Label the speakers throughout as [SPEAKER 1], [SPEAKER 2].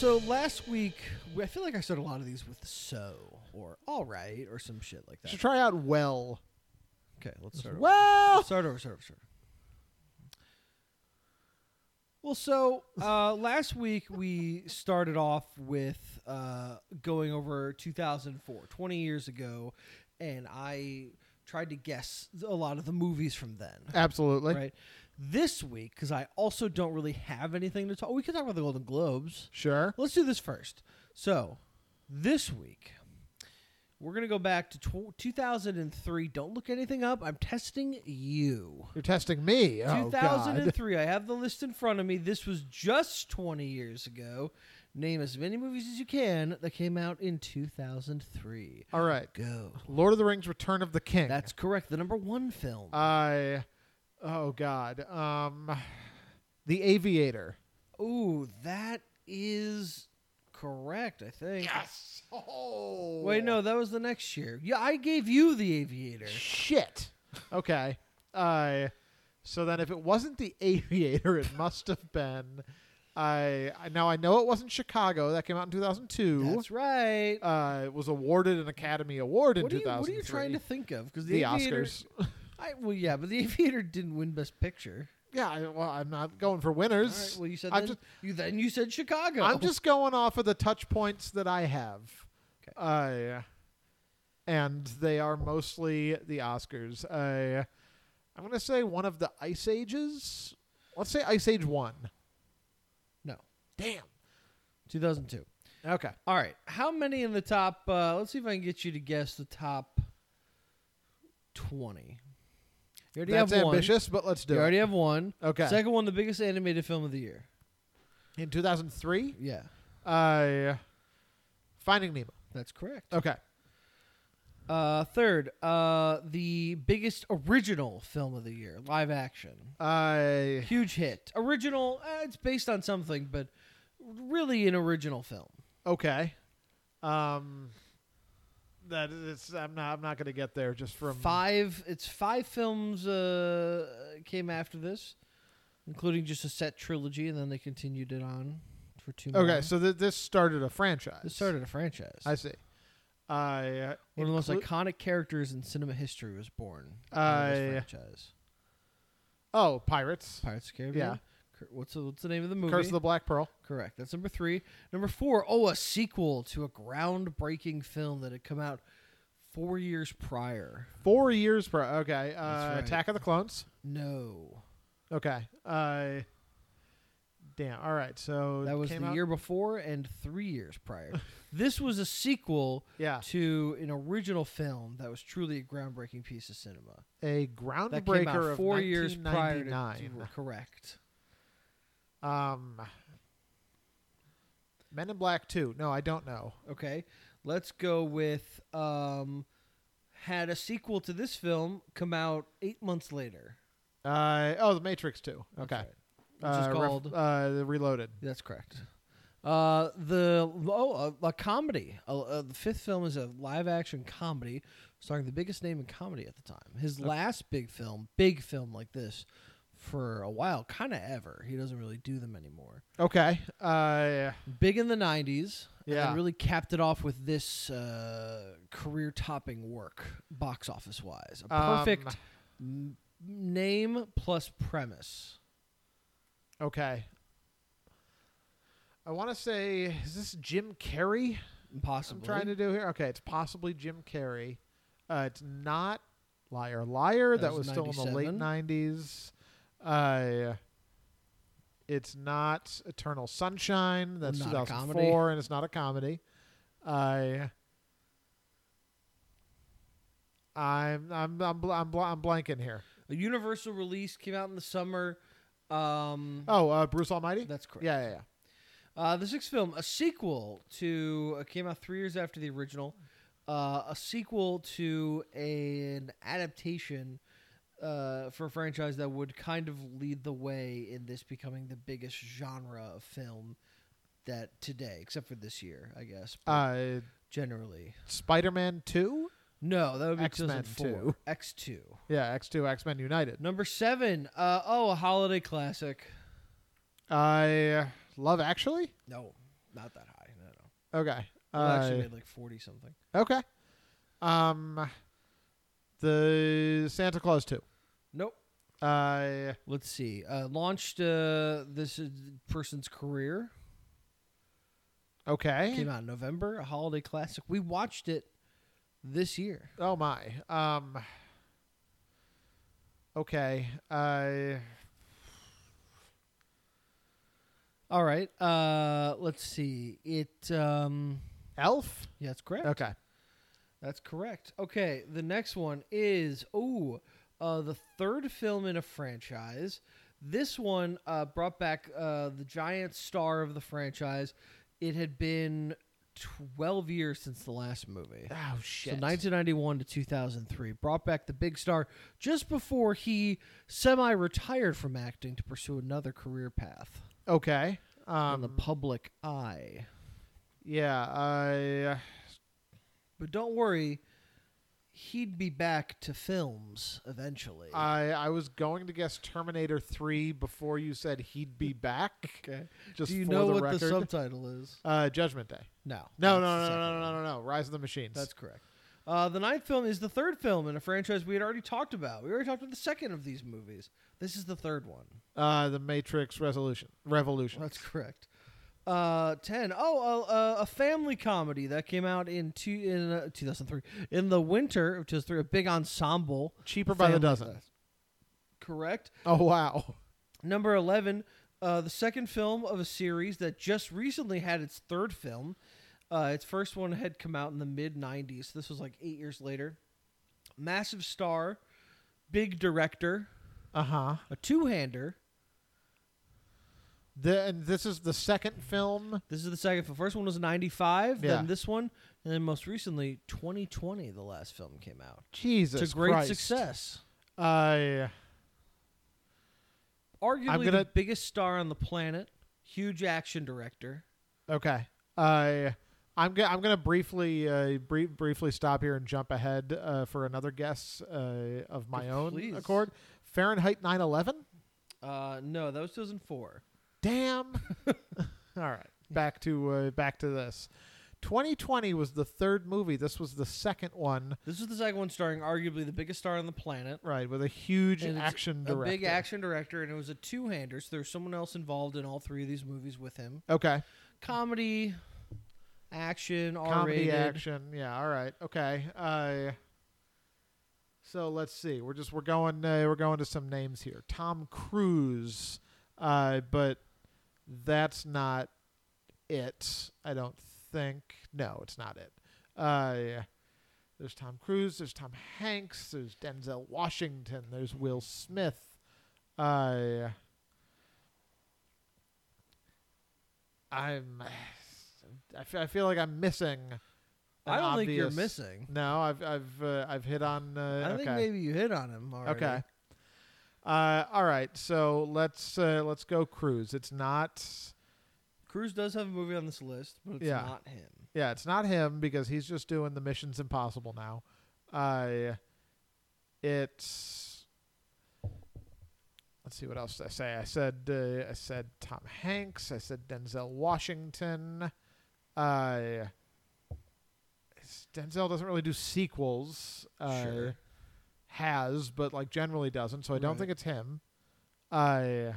[SPEAKER 1] So last week, I feel like I said a lot of these with so or all right or some shit like
[SPEAKER 2] Should
[SPEAKER 1] that.
[SPEAKER 2] try out well.
[SPEAKER 1] Okay, let's start over.
[SPEAKER 2] Well,
[SPEAKER 1] Let's start over, start over, start over. Well, so uh, last week we started off with uh, going over 2004, 20 years ago, and I tried to guess a lot of the movies from then.
[SPEAKER 2] absolutely.
[SPEAKER 1] Right? This week, because I also don't really have anything to talk. We could talk about the Golden Globes.
[SPEAKER 2] Sure.
[SPEAKER 1] Let's do this first. So, this week, we're going to go back to tw- 2003. Don't look anything up. I'm testing you.
[SPEAKER 2] You're testing me. Oh God.
[SPEAKER 1] 2003. I have the list in front of me. This was just 20 years ago. Name as many movies as you can that came out in 2003.
[SPEAKER 2] All right.
[SPEAKER 1] Go.
[SPEAKER 2] Lord of the Rings: Return of the King.
[SPEAKER 1] That's correct. The number one film.
[SPEAKER 2] Uh, I. Oh God. Um, The Aviator.
[SPEAKER 1] Ooh, that is correct, I think.
[SPEAKER 2] Yes. Oh.
[SPEAKER 1] Wait, no, that was the next year. Yeah, I gave you The Aviator.
[SPEAKER 2] Shit. Okay. I. so then, if it wasn't The Aviator, it must have been. I I- now I know it wasn't Chicago. That came out in 2002.
[SPEAKER 1] That's right.
[SPEAKER 2] uh, was awarded an Academy Award in
[SPEAKER 1] what, are you,
[SPEAKER 2] 2003.
[SPEAKER 1] what are you trying to think of? Because
[SPEAKER 2] the Oscars.
[SPEAKER 1] I, well, yeah, but the Aviator didn't win Best Picture.
[SPEAKER 2] Yeah, I, well, I'm not going for
[SPEAKER 1] All
[SPEAKER 2] winners.
[SPEAKER 1] right, well, you said
[SPEAKER 2] I'm
[SPEAKER 1] then,
[SPEAKER 2] just-
[SPEAKER 1] you then you said Chicago.
[SPEAKER 2] I'm just going off of the touch points that I have.
[SPEAKER 1] Okay.
[SPEAKER 2] Uh, and they are mostly the Oscars. Uh, I'm going to say one of the Ice Ages. Let's say Ice Age 1.
[SPEAKER 1] no
[SPEAKER 2] Damn.
[SPEAKER 1] 2002.
[SPEAKER 2] Okay.
[SPEAKER 1] All right, how many in the top? Uh, let's see if I can get you to guess the top 20. You already
[SPEAKER 2] That's
[SPEAKER 1] have one.
[SPEAKER 2] ambitious, but let's do
[SPEAKER 1] You already
[SPEAKER 2] it.
[SPEAKER 1] have one.
[SPEAKER 2] Okay.
[SPEAKER 1] Second one, the biggest animated film of the year.
[SPEAKER 2] In 2003,
[SPEAKER 1] Yeah,
[SPEAKER 2] uh, Finding Nemo.
[SPEAKER 1] that's correct.
[SPEAKER 2] Okay.
[SPEAKER 1] Uh, third, uh, the biggest original film of the year, live action.
[SPEAKER 2] Uh,
[SPEAKER 1] Huge hit. Original, uh, it's based on something, but really an original film.
[SPEAKER 2] Okay. Um that is I'm not I'm not going to get there just from
[SPEAKER 1] Five, it's five films uh, came after this, including just a set trilogy, and then they continued it on for two more.
[SPEAKER 2] Okay, so th- this started a franchise.
[SPEAKER 1] This started a franchise.
[SPEAKER 2] I see. I uh,
[SPEAKER 1] One of the most
[SPEAKER 2] inclu-
[SPEAKER 1] iconic characters in cinema history was born out of
[SPEAKER 2] I-
[SPEAKER 1] this franchise.
[SPEAKER 2] Oh, Pirates.
[SPEAKER 1] Pirates of the Caribbean.
[SPEAKER 2] Yeah.
[SPEAKER 1] Cur- What's the, what's the name of the movie?
[SPEAKER 2] Curse of the Black Pearl.
[SPEAKER 1] Correct. That's number three. Number four, oh, a sequel to a groundbreaking film that had come out four years prior.
[SPEAKER 2] 4 years pro. Okay. Uh,
[SPEAKER 1] right.
[SPEAKER 2] Attack of the Clones.
[SPEAKER 1] No.
[SPEAKER 2] Okay. Uh Damn. All right. So
[SPEAKER 1] That
[SPEAKER 2] it
[SPEAKER 1] was
[SPEAKER 2] came
[SPEAKER 1] the
[SPEAKER 2] out-
[SPEAKER 1] year before and three years prior. this was a sequel
[SPEAKER 2] Yeah.
[SPEAKER 1] to an original film that was truly a groundbreaking piece of cinema.
[SPEAKER 2] A
[SPEAKER 1] That came
[SPEAKER 2] groundbreaker
[SPEAKER 1] out
[SPEAKER 2] of
[SPEAKER 1] four years prior to.
[SPEAKER 2] 1999.
[SPEAKER 1] Correct.
[SPEAKER 2] Um Men in Black 2. No, I don't know.
[SPEAKER 1] Okay. Let's go with um, had a sequel to this film come out eight months later.
[SPEAKER 2] Uh oh, The Matrix 2.
[SPEAKER 1] That's
[SPEAKER 2] Okay.
[SPEAKER 1] right. Which is
[SPEAKER 2] uh, ref-
[SPEAKER 1] called
[SPEAKER 2] uh, the Reloaded.
[SPEAKER 1] That's correct. Uh, the oh, a, a comedy. Uh, uh, the fifth film is a live-action comedy starring the biggest name in comedy at the time. His last big film, big film like this, for a while, kind of ever. He doesn't really do them anymore.
[SPEAKER 2] Okay. Uh,
[SPEAKER 1] Big in the '90s, and then
[SPEAKER 2] Yeah.
[SPEAKER 1] really capped it off with this uh, career-topping work, box office-wise. A
[SPEAKER 2] Um,
[SPEAKER 1] perfect n- name plus premise.
[SPEAKER 2] okay. I want to say, is this Jim Carrey?
[SPEAKER 1] Impossible.
[SPEAKER 2] I'm trying to do here. Okay, it's possibly Jim Carrey. Uh, it's not Liar Liar.
[SPEAKER 1] That
[SPEAKER 2] That,
[SPEAKER 1] was
[SPEAKER 2] was, still in the late
[SPEAKER 1] 97.
[SPEAKER 2] '90s. Uh, it's not Eternal Sunshine. That's
[SPEAKER 1] Not a comedy.
[SPEAKER 2] 2004, and it's not a comedy. I. I'm I'm I'm bl- I'm, bl- I'm blanking here.
[SPEAKER 1] A universal release came out in the summer. Um,
[SPEAKER 2] Oh, uh, Bruce Almighty.
[SPEAKER 1] that's correct.
[SPEAKER 2] Yeah, yeah, yeah.
[SPEAKER 1] Uh, the sixth film, a sequel to, uh, came out three years after the original. Uh, a sequel to an adaptation uh, for a franchise that would kind of lead the way in this becoming the biggest genre of film that today, except for this year, I guess. but
[SPEAKER 2] Uh,
[SPEAKER 1] generally,
[SPEAKER 2] Spider-Man Two.
[SPEAKER 1] no, that would be
[SPEAKER 2] X-Men
[SPEAKER 1] 2004. X two,
[SPEAKER 2] Yeah, X Two, X Men United.
[SPEAKER 1] number seven. Uh, oh, a holiday classic.
[SPEAKER 2] I Love Actually.
[SPEAKER 1] No, not that high. No, no.
[SPEAKER 2] Okay.
[SPEAKER 1] Well, actually
[SPEAKER 2] Uh,
[SPEAKER 1] made like forty something.
[SPEAKER 2] okay. Um, the Santa Claus Two.
[SPEAKER 1] Nope.
[SPEAKER 2] Uh,
[SPEAKER 1] Let's see. Uh, launched uh, this uh, person's career.
[SPEAKER 2] okay.
[SPEAKER 1] Came out in November. A holiday classic. We watched it this year.
[SPEAKER 2] Oh my. Um. Okay. Uh.
[SPEAKER 1] All right. Uh, let's see. It. Um,
[SPEAKER 2] Elf.
[SPEAKER 1] yeah, that's correct.
[SPEAKER 2] Okay.
[SPEAKER 1] That's correct. Okay. The next one is oh, uh, the third film in a franchise. This one uh, brought back uh, the giant star of the franchise. It had been twelve years since the last movie.
[SPEAKER 2] Oh shit.
[SPEAKER 1] So 1991 to 2003 brought back the big star just before he semi-retired from acting to pursue another career path
[SPEAKER 2] okay.
[SPEAKER 1] on the
[SPEAKER 2] Um.
[SPEAKER 1] public eye.
[SPEAKER 2] Yeah. I.
[SPEAKER 1] But don't worry, he'd be back to films eventually.
[SPEAKER 2] I. I was going to guess Terminator Three before you said he'd be back.
[SPEAKER 1] okay.
[SPEAKER 2] Just
[SPEAKER 1] Do you
[SPEAKER 2] for
[SPEAKER 1] know
[SPEAKER 2] the
[SPEAKER 1] what
[SPEAKER 2] record.
[SPEAKER 1] the subtitle is?
[SPEAKER 2] uh, Judgment Day.
[SPEAKER 1] No. that's
[SPEAKER 2] No, no,
[SPEAKER 1] the
[SPEAKER 2] no,
[SPEAKER 1] second
[SPEAKER 2] no,
[SPEAKER 1] one.
[SPEAKER 2] no, no, no, no. Rise of the Machines.
[SPEAKER 1] That's correct. Uh, the ninth film is the third film in a franchise we had already talked about. We already talked about the second of these movies. This is the third one.
[SPEAKER 2] uh, the Matrix Resolution Revolution.
[SPEAKER 1] That's correct. Uh, ten. Oh, uh, uh, a family comedy that came out in two in uh, two thousand three in the winter of two thousand three. A big ensemble.
[SPEAKER 2] Cheaper by the
[SPEAKER 1] family
[SPEAKER 2] dozen.
[SPEAKER 1] class. Correct.
[SPEAKER 2] Oh wow.
[SPEAKER 1] Number eleven. Uh, the second film of a series that just recently had its third film. Uh, its first one had come out in the mid '90s. This was like eight years later. Massive star, big director,
[SPEAKER 2] Uh huh.
[SPEAKER 1] a two-hander.
[SPEAKER 2] The and this is the second film.
[SPEAKER 1] This is the second. The first one was '95,
[SPEAKER 2] Yeah.
[SPEAKER 1] then this one, and then most recently 2020. The last film came out
[SPEAKER 2] Jesus
[SPEAKER 1] to great
[SPEAKER 2] Christ.
[SPEAKER 1] success.
[SPEAKER 2] I
[SPEAKER 1] Arguably
[SPEAKER 2] gonna-
[SPEAKER 1] the biggest star on the planet, huge action director.
[SPEAKER 2] okay. I I'm gonna I'm gonna briefly uh, brie- briefly stop here and jump ahead uh, for another guess uh, of my own
[SPEAKER 1] Please.
[SPEAKER 2] accord. Fahrenheit 9/11.
[SPEAKER 1] Uh, no, that was 2004.
[SPEAKER 2] Damn. All right. Back to uh, back to this. 2020 was the third movie. This was the second one,
[SPEAKER 1] This was the second one starring arguably the biggest star on the planet,
[SPEAKER 2] right? With a huge
[SPEAKER 1] And it's
[SPEAKER 2] action
[SPEAKER 1] a
[SPEAKER 2] director.
[SPEAKER 1] big action director, and it was a two-hander. So there was someone else involved in all three of these movies with him.
[SPEAKER 2] Okay.
[SPEAKER 1] Comedy, action,
[SPEAKER 2] Comedy
[SPEAKER 1] R-rated.
[SPEAKER 2] action. Yeah. All right. Okay. Uh, so let's see. We're just we're going uh, we're going to some names here. Tom Cruise, uh, but that's not it. I don't think. No, it's not it. Uh, there's Tom Cruise. There's Tom Hanks. There's Denzel Washington. There's Will Smith. Uh, I'm. I feel, I feel like I'm missing.
[SPEAKER 1] I
[SPEAKER 2] an
[SPEAKER 1] don't think you're
[SPEAKER 2] obvious-
[SPEAKER 1] missing.
[SPEAKER 2] No, I've I've uh, I've hit on. Uh,
[SPEAKER 1] I
[SPEAKER 2] okay.
[SPEAKER 1] think maybe you hit on him already.
[SPEAKER 2] Okay. Uh, all right. So let's uh, let's go cruise. It's not.
[SPEAKER 1] Cruz does have a movie on this list, but it's
[SPEAKER 2] Yeah.
[SPEAKER 1] not him.
[SPEAKER 2] Yeah, it's not him because he's just doing the Missions Impossible now. Uh, it's. Let's see what else did I say. I said uh, I said Tom Hanks. I said Denzel Washington. Uh, s- Denzel doesn't really do sequels. Uh,
[SPEAKER 1] Sure.
[SPEAKER 2] Has, but like generally doesn't. So I don't
[SPEAKER 1] Right.
[SPEAKER 2] think it's him. Uh,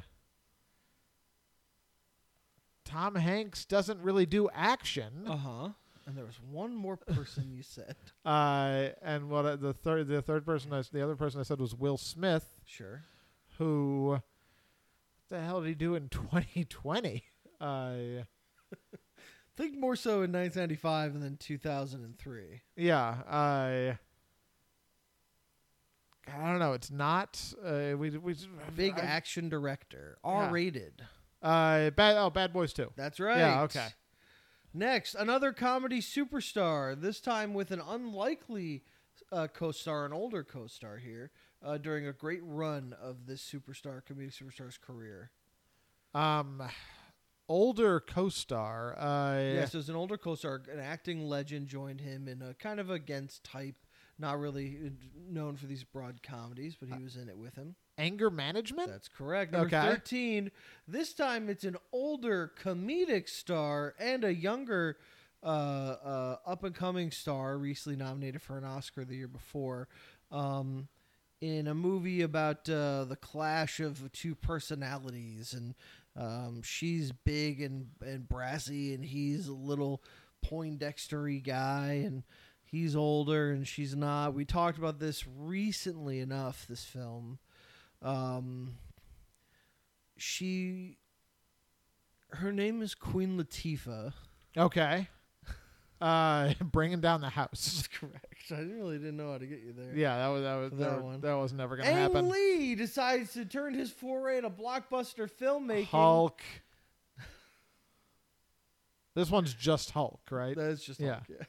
[SPEAKER 2] Tom Hanks doesn't really do action.
[SPEAKER 1] Uh huh. And there was one more person you said.
[SPEAKER 2] Uh, and what I- the third the third person I, s- the other person I said was Will Smith,
[SPEAKER 1] Sure.
[SPEAKER 2] who what the hell did he do in 2020? Uh,
[SPEAKER 1] Think more so in 1995 and then 2003.
[SPEAKER 2] yeah, I I don't know. It's not uh, we we
[SPEAKER 1] Big
[SPEAKER 2] I,
[SPEAKER 1] action director,
[SPEAKER 2] Yeah.
[SPEAKER 1] R-rated.
[SPEAKER 2] Uh, bad oh Bad Boys too.
[SPEAKER 1] That's right.
[SPEAKER 2] okay.
[SPEAKER 1] Next, another comedy superstar. This time with an unlikely uh, co-star, an older co-star here, uh, during a great run of this superstar, comedic superstar's career.
[SPEAKER 2] Um, older co-star. Uh,
[SPEAKER 1] Yes, there's an older co-star, an acting legend, joined him in a kind of against type, not really uh, known for these broad comedies, but he was in it with him.
[SPEAKER 2] Anger management.
[SPEAKER 1] That's correct. Number
[SPEAKER 2] Okay.
[SPEAKER 1] 13. This time it's an older comedic star and a younger uh, uh, up and coming star, recently nominated for an Oscar the year before, um, in a movie about uh, the clash of two personalities. And um, she's big and, and brassy, and he's a little Poindextery guy. And he's older and she's not. We talked about this recently enough, this film um, she her name is Queen Latifah.
[SPEAKER 2] Okay. Uh, bringing down the house.
[SPEAKER 1] correct. I really didn't know how to get you there.
[SPEAKER 2] Yeah, that was that was
[SPEAKER 1] That
[SPEAKER 2] that,
[SPEAKER 1] one.
[SPEAKER 2] was, that was never gonna
[SPEAKER 1] Ang
[SPEAKER 2] happen.
[SPEAKER 1] Lee decides to turn his foray into blockbuster filmmaking.
[SPEAKER 2] Hulk. this one's just Hulk, right?
[SPEAKER 1] That's just
[SPEAKER 2] Yeah.
[SPEAKER 1] Hulk, yeah.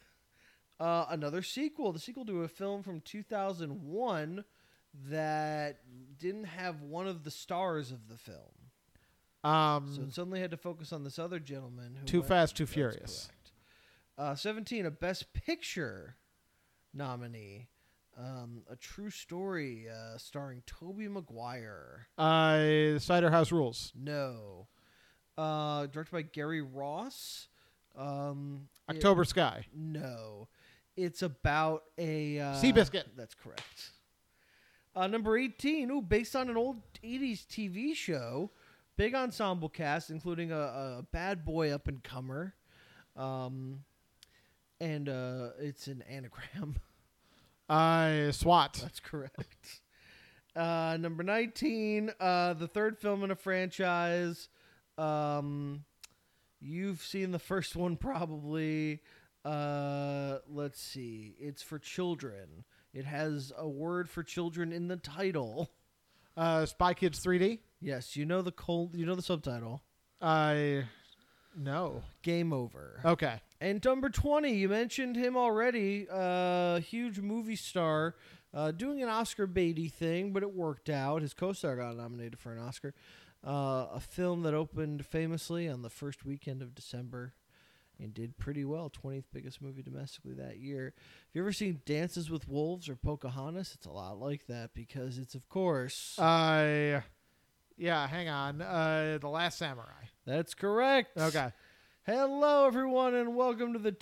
[SPEAKER 1] Uh, another sequel, the sequel to a film from 2001 that didn't have one of the stars of the film. So
[SPEAKER 2] Um,
[SPEAKER 1] it suddenly had to focus on this other gentleman. Who
[SPEAKER 2] Too
[SPEAKER 1] went-
[SPEAKER 2] Fast, Too
[SPEAKER 1] That's
[SPEAKER 2] Furious.
[SPEAKER 1] correct. Uh, 17, a Best Picture nominee. Um, a True Story uh, starring Toby Maguire.
[SPEAKER 2] uh, Cider House Rules.
[SPEAKER 1] No. Uh, directed by Gary Ross. Um, it-
[SPEAKER 2] October Sky.
[SPEAKER 1] no. It's about a. Uh,
[SPEAKER 2] Seabiscuit.
[SPEAKER 1] That's correct. Uh, number 18, ooh, based on an old 80s TV show. Big ensemble cast, including a, a bad boy up and comer. Um, and uh, it's an anagram.
[SPEAKER 2] Uh, SWAT.
[SPEAKER 1] That's correct. Uh, number 19, uh, the third film in a franchise. Um, you've seen the first one probably. Uh, let's see. It's for children. It has a word for children in the title.
[SPEAKER 2] Uh, Spy Kids 3D.
[SPEAKER 1] Yes, you know the cold. You know the subtitle.
[SPEAKER 2] I no.
[SPEAKER 1] Game over.
[SPEAKER 2] Okay.
[SPEAKER 1] And number 20, you mentioned him already, uh, huge movie star, uh, doing an Oscar Beatty thing, but it worked out. His co star got nominated for an Oscar. Uh, a film that opened famously on the first weekend of December and did pretty well 20th biggest movie domestically that year. If you ever seen Dances with Wolves or Pocahontas, it's a lot like that because it's, of course.
[SPEAKER 2] Uh, I yeah. Hang on. Uh, The Last Samurai.
[SPEAKER 1] that's correct.
[SPEAKER 2] Okay.
[SPEAKER 1] Hello, everyone, and welcome to the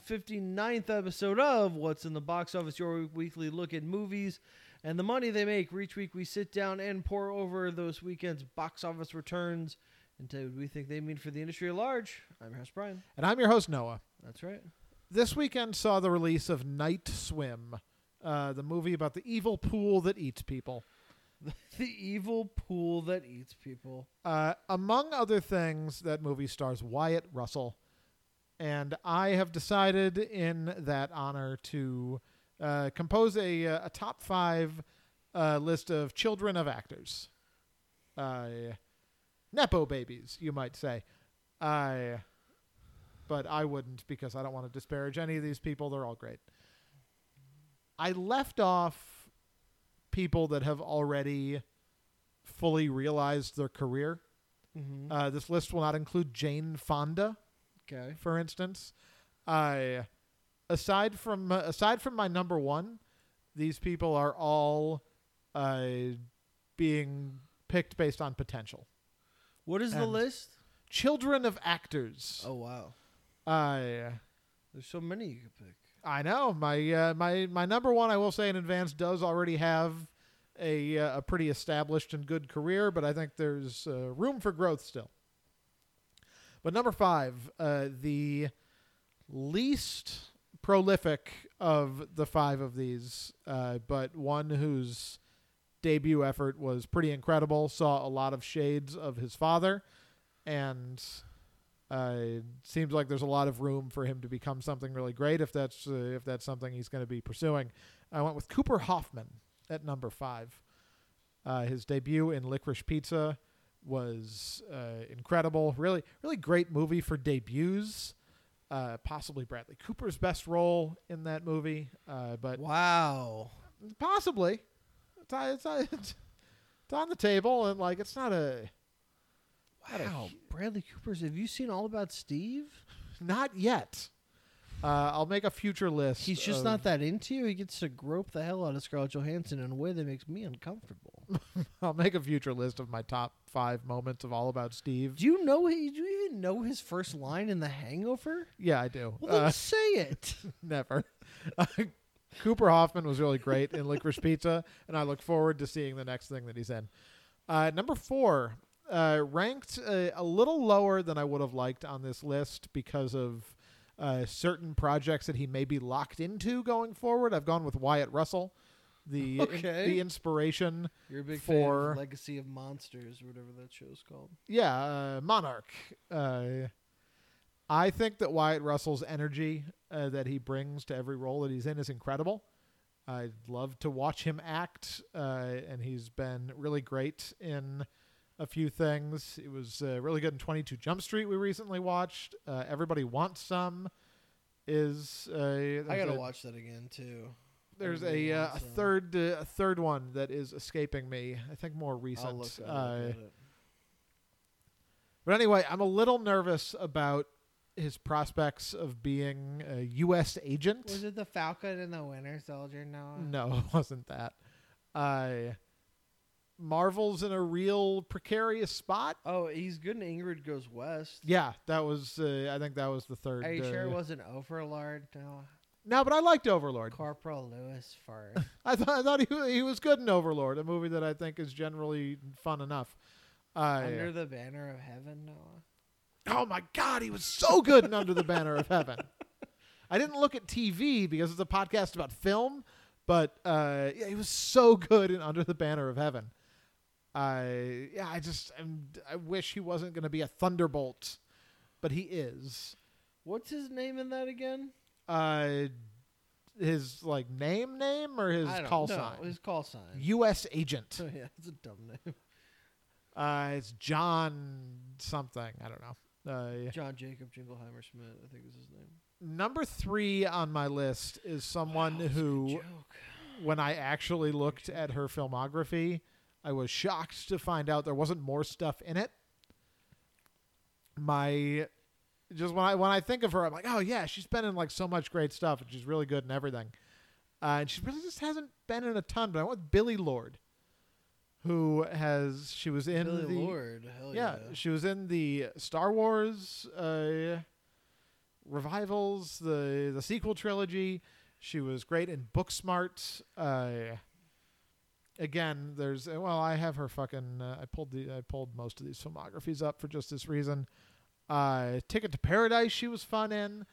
[SPEAKER 1] 259th episode of What's in the Box Office, your weekly look at movies and the money they make. For each week, we sit down and pour over those weekend's box office returns and tell you what we think they mean for the industry at large. I'm your host, Brian.
[SPEAKER 2] And I'm your host Noah.
[SPEAKER 1] That's right.
[SPEAKER 2] This weekend saw the release of Night Swim, uh, the movie about the evil pool that eats people.
[SPEAKER 1] The evil pool that eats people.
[SPEAKER 2] Uh, among other things, that movie stars Wyatt Russell. And I have decided in that honor to uh, compose a, uh, a top five uh, list of children of actors. Uh, Nepo babies, you might say. I, but I wouldn't because I don't want to disparage any of these people. They're all great. I left off people that have already fully realized their career.
[SPEAKER 1] Mm-hmm.
[SPEAKER 2] Uh, this list will not include Jane Fonda,
[SPEAKER 1] Okay.
[SPEAKER 2] for instance. I, aside from aside from my number one, these people are all uh, being picked based on potential.
[SPEAKER 1] What is the
[SPEAKER 2] and-
[SPEAKER 1] list?
[SPEAKER 2] Children of actors.
[SPEAKER 1] Oh, wow.
[SPEAKER 2] I
[SPEAKER 1] There's so many you could pick.
[SPEAKER 2] I know my uh, my my number one. I will say in advance does already have a uh, a pretty established and good career, but I think there's uh, room for growth still. But number five, uh, the least prolific of the five of these, uh, but one whose debut effort was pretty incredible. Saw a lot of shades of his father, and uh, it seems like there's a lot of room for him to become something really great if that's uh, if that's something he's going to be pursuing. I went with Cooper Hoffman at number five. Uh, his debut in Licorice Pizza was uh, incredible. Really, really great movie for debuts. Uh, uh, possibly Bradley Cooper's best role in that movie, uh, but
[SPEAKER 1] Wow.
[SPEAKER 2] possibly it's on, it's, on, it's on the table and like it's not a What a
[SPEAKER 1] Wow.
[SPEAKER 2] hu-
[SPEAKER 1] Bradley Cooper's. Have you seen All About Steve?
[SPEAKER 2] not yet. Uh, I'll make a future list.
[SPEAKER 1] He's just
[SPEAKER 2] of-
[SPEAKER 1] not that into you. He gets to grope the hell out of Scarlett Johansson in a way that makes me uncomfortable.
[SPEAKER 2] I'll make a future list of my top five moments of All About Steve.
[SPEAKER 1] Do you know? he- Do you even know his first line in The Hangover?
[SPEAKER 2] Yeah, I do.
[SPEAKER 1] Well, then
[SPEAKER 2] Uh,
[SPEAKER 1] say it.
[SPEAKER 2] never. Cooper Hoffman was really great in Licorice Pizza, and I look forward to seeing the next thing that he's in. Uh, number four, uh, ranked uh, a little lower than I would have liked on this list because of uh, certain projects that he may be locked into going forward. I've gone with Wyatt Russell, the
[SPEAKER 1] Okay.
[SPEAKER 2] the inspiration.
[SPEAKER 1] You're a big fan
[SPEAKER 2] For-
[SPEAKER 1] of Legacy of Monsters or whatever that show's called.
[SPEAKER 2] yeah, uh, Monarch. Uh, I think that Wyatt Russell's energy uh, that he brings to every role that he's in is incredible. I love to watch him act, uh, and he's been really great in a few things. It was uh, really good in 22 Jump Street we recently watched. Uh, Everybody Wants Some is uh,
[SPEAKER 1] I
[SPEAKER 2] there's
[SPEAKER 1] gotta
[SPEAKER 2] a-
[SPEAKER 1] watch that again too.
[SPEAKER 2] There's
[SPEAKER 1] Everybody
[SPEAKER 2] a, uh,
[SPEAKER 1] Wants
[SPEAKER 2] a
[SPEAKER 1] Some.
[SPEAKER 2] third uh, a third one that is escaping me. I think more recent.
[SPEAKER 1] I'll look it up,
[SPEAKER 2] uh,
[SPEAKER 1] look at it.
[SPEAKER 2] But anyway, I'm a little nervous about his prospects of being a U.S. agent.
[SPEAKER 1] Was it the Falcon and the Winter Soldier? No.
[SPEAKER 2] No, it wasn't that. Uh, Marvel's in a real precarious spot.
[SPEAKER 1] Oh, he's good. And Ingrid goes west.
[SPEAKER 2] Yeah, that was. Uh, I think that was the third.
[SPEAKER 1] Are you sure
[SPEAKER 2] uh,
[SPEAKER 1] it wasn't Overlord? No.
[SPEAKER 2] No, but I liked Overlord.
[SPEAKER 1] Corporal Lewis first.
[SPEAKER 2] I thought I thought he, wa- he was good in Overlord, a movie that I think is generally fun enough. Uh,
[SPEAKER 1] Under the banner of heaven, Noah.
[SPEAKER 2] Oh my God, he was so good in Under the Banner of Heaven. I didn't look at TV because it's a podcast about film, but uh, yeah, he was so good in Under the Banner of Heaven. I yeah, I just I'm, I wish he wasn't going to be a thunderbolt, but he is.
[SPEAKER 1] What's his name in that again?
[SPEAKER 2] Uh, his like name, name or his
[SPEAKER 1] I don't
[SPEAKER 2] call
[SPEAKER 1] know.
[SPEAKER 2] sign?
[SPEAKER 1] His call sign.
[SPEAKER 2] U.S. agent.
[SPEAKER 1] oh, yeah, it's a dumb name.
[SPEAKER 2] Uh, it's John something. I don't know. Uh,
[SPEAKER 1] John Jacob Jingleheimer Schmidt, I think is his name.
[SPEAKER 2] number three on my list is someone
[SPEAKER 1] Wow, that's a good
[SPEAKER 2] who
[SPEAKER 1] joke.
[SPEAKER 2] when I actually looked at her filmography, I was shocked to find out there wasn't more stuff in it. My just when I when I think of her, I'm like, oh yeah, she's been in like so much great stuff, and she's really good in everything. Uh, and she really just hasn't been in a ton. But I went with Billy Lord, who has she was in
[SPEAKER 1] Billy
[SPEAKER 2] the
[SPEAKER 1] Lord. Hell
[SPEAKER 2] yeah,
[SPEAKER 1] Oh, yeah.
[SPEAKER 2] she was in the Star Wars uh, revivals, the the sequel trilogy. She was great in Booksmart. Uh, again, there's uh, well, I have her fucking. Uh, I pulled the I pulled most of these filmographies up for just this reason. Uh, Ticket to Paradise, she was fun in.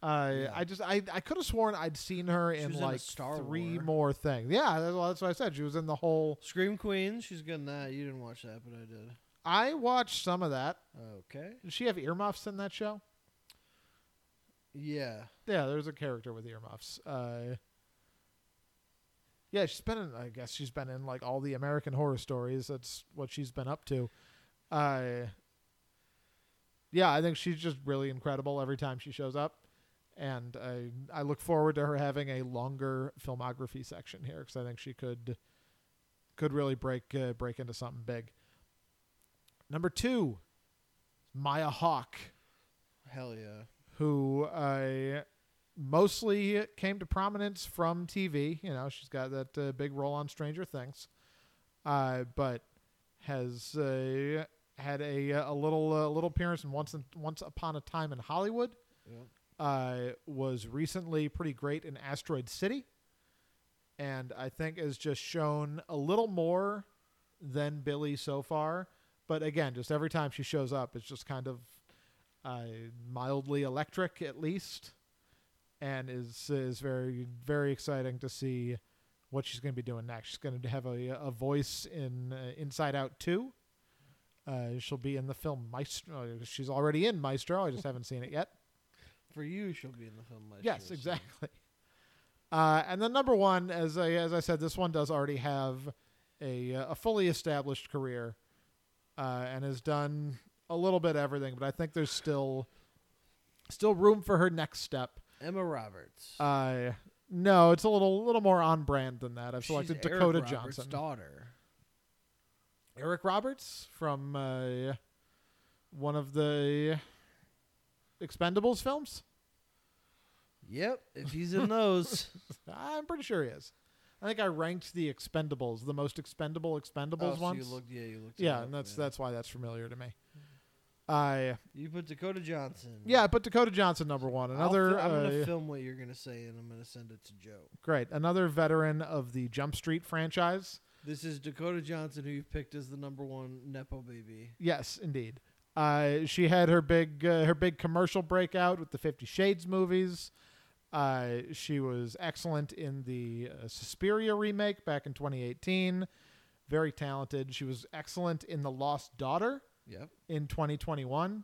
[SPEAKER 2] Uh,
[SPEAKER 1] Yeah.
[SPEAKER 2] I just I, I could have sworn I'd seen her
[SPEAKER 1] She
[SPEAKER 2] in
[SPEAKER 1] was in a
[SPEAKER 2] like
[SPEAKER 1] Star
[SPEAKER 2] three
[SPEAKER 1] War.
[SPEAKER 2] more things. Yeah, that's, well, that's what I said. She was in the whole.
[SPEAKER 1] Scream Queen. She's good in that. You didn't watch that, but I did.
[SPEAKER 2] I watched some of that.
[SPEAKER 1] Okay.
[SPEAKER 2] Did she have earmuffs in that show?
[SPEAKER 1] Yeah.
[SPEAKER 2] Yeah, there's a character with earmuffs. Uh, yeah, she's been in. I guess she's been in like all the American horror stories. That's what she's been up to. Uh, yeah, I think she's just really incredible every time she shows up, and I I look forward to her having a longer filmography section here because I think she could could really break uh, break into something big. Number two, Maya Hawke
[SPEAKER 1] Hell yeah.
[SPEAKER 2] who uh, mostly came to prominence from TV. You know, she's got that uh, big role on Stranger Things, uh, but has uh, had a a little uh, little appearance in Once Once Upon a Time in Hollywood.
[SPEAKER 1] Yep.
[SPEAKER 2] Uh, was recently pretty great in Asteroid City, and I think has just shown a little more than Billy so far. But again, just every time she shows up, it's just kind of uh, mildly electric at least, and is is very very exciting to see what she's going to be doing next. She's going to have a a voice in uh, Inside Out Two. Uh, she'll be in the film Maestro. uh, She's already in Maestro. I just haven't seen it yet.
[SPEAKER 1] For you, she'll be in the film. Last
[SPEAKER 2] Yes,
[SPEAKER 1] year, so-
[SPEAKER 2] exactly. Uh, and then number one, as I, as I said, this one does already have a uh, a fully established career, uh, and has done a little bit of everything. But I think there's still Still room for her next step.
[SPEAKER 1] Emma Roberts.
[SPEAKER 2] Uh, no, it's a little little more on brand than that. I've
[SPEAKER 1] She's
[SPEAKER 2] selected
[SPEAKER 1] Eric
[SPEAKER 2] Dakota
[SPEAKER 1] Roberts'
[SPEAKER 2] Johnson.
[SPEAKER 1] daughter.
[SPEAKER 2] Eric Roberts from uh, one of the Expendables films.
[SPEAKER 1] Yep, if he's in those.
[SPEAKER 2] I'm pretty sure he is. I think I ranked the Expendables, the most expendable
[SPEAKER 1] Oh,
[SPEAKER 2] Expendables
[SPEAKER 1] so
[SPEAKER 2] ones.
[SPEAKER 1] you looked, yeah, you looked. it
[SPEAKER 2] yeah,
[SPEAKER 1] up,
[SPEAKER 2] and that's
[SPEAKER 1] yeah.
[SPEAKER 2] that's why that's familiar to me. I
[SPEAKER 1] You put Dakota Johnson.
[SPEAKER 2] yeah, I put Dakota Johnson number one. Another
[SPEAKER 1] i am gonna
[SPEAKER 2] uh,
[SPEAKER 1] film what you're gonna say, and I'm gonna send it to Joe.
[SPEAKER 2] great, another veteran of the Jump Street franchise.
[SPEAKER 1] This is Dakota Johnson, who you picked as the number one nepo baby.
[SPEAKER 2] Yes, indeed. Uh, she had her big uh, her big commercial breakout with the Fifty Shades movies. Uh, she was excellent in the uh, Suspiria remake back in 2018. Very talented. She was excellent in The Lost Daughter
[SPEAKER 1] Yep.
[SPEAKER 2] in 2021.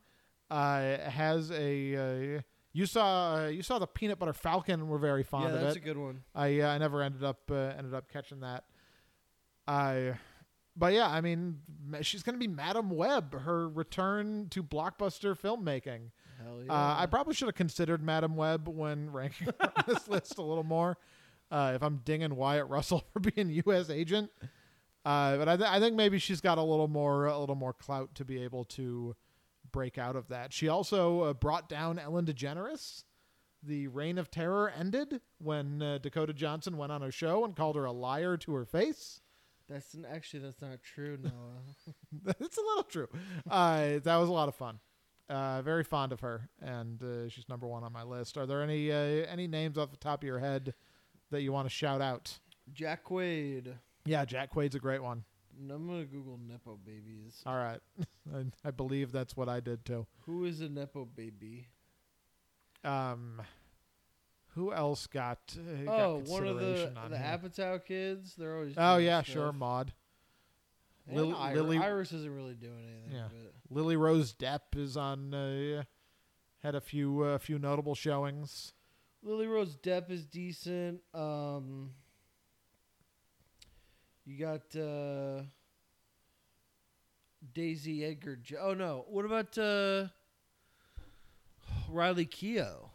[SPEAKER 2] Uh, has a uh, you saw you saw the Peanut Butter Falcon. We're very fond
[SPEAKER 1] Yeah,
[SPEAKER 2] of
[SPEAKER 1] that's
[SPEAKER 2] it.
[SPEAKER 1] a good one.
[SPEAKER 2] I uh, I never ended up uh, ended up catching that. I, but yeah, I mean, ma- she's gonna be Madam Web. Her return to blockbuster filmmaking.
[SPEAKER 1] Hell yeah.
[SPEAKER 2] Uh, I probably should have considered Madam Web when ranking on this list a little more. Uh, if I'm dinging Wyatt Russell for being U.S. agent, uh, but I, th- I think maybe she's got a little more a little more clout to be able to break out of that. She also uh, brought down Ellen DeGeneres. The reign of terror ended when uh, Dakota Johnson went on her show and called her a liar to her face.
[SPEAKER 1] that's n- actually that's not true, Noah.
[SPEAKER 2] it's a little true. Uh, that was a lot of fun. Uh, very fond of her, and uh, she's number one on my list. Are there any uh, any names off the top of your head that you want to shout out?
[SPEAKER 1] Jack Quaid.
[SPEAKER 2] Yeah, Jack Quaid's a great one.
[SPEAKER 1] And I'm gonna Google nepo babies.
[SPEAKER 2] All right, I, I believe that's what I did too.
[SPEAKER 1] Who is a nepo baby?
[SPEAKER 2] Um, who else got? Uh, got
[SPEAKER 1] Oh, one of the
[SPEAKER 2] consideration on
[SPEAKER 1] the
[SPEAKER 2] here?
[SPEAKER 1] Apatow kids. They're always.
[SPEAKER 2] Oh
[SPEAKER 1] doing
[SPEAKER 2] yeah,
[SPEAKER 1] stuff.
[SPEAKER 2] sure, Maud.
[SPEAKER 1] And
[SPEAKER 2] Lil-
[SPEAKER 1] Iris,
[SPEAKER 2] Lily-
[SPEAKER 1] Iris isn't really doing anything.
[SPEAKER 2] Yeah.
[SPEAKER 1] But
[SPEAKER 2] Lily Rose Depp is on. Uh, had a few uh, few notable showings.
[SPEAKER 1] Lily Rose Depp is decent. Um, you got uh, Daisy Edgar. Jo- oh no, what about uh, Riley Keough?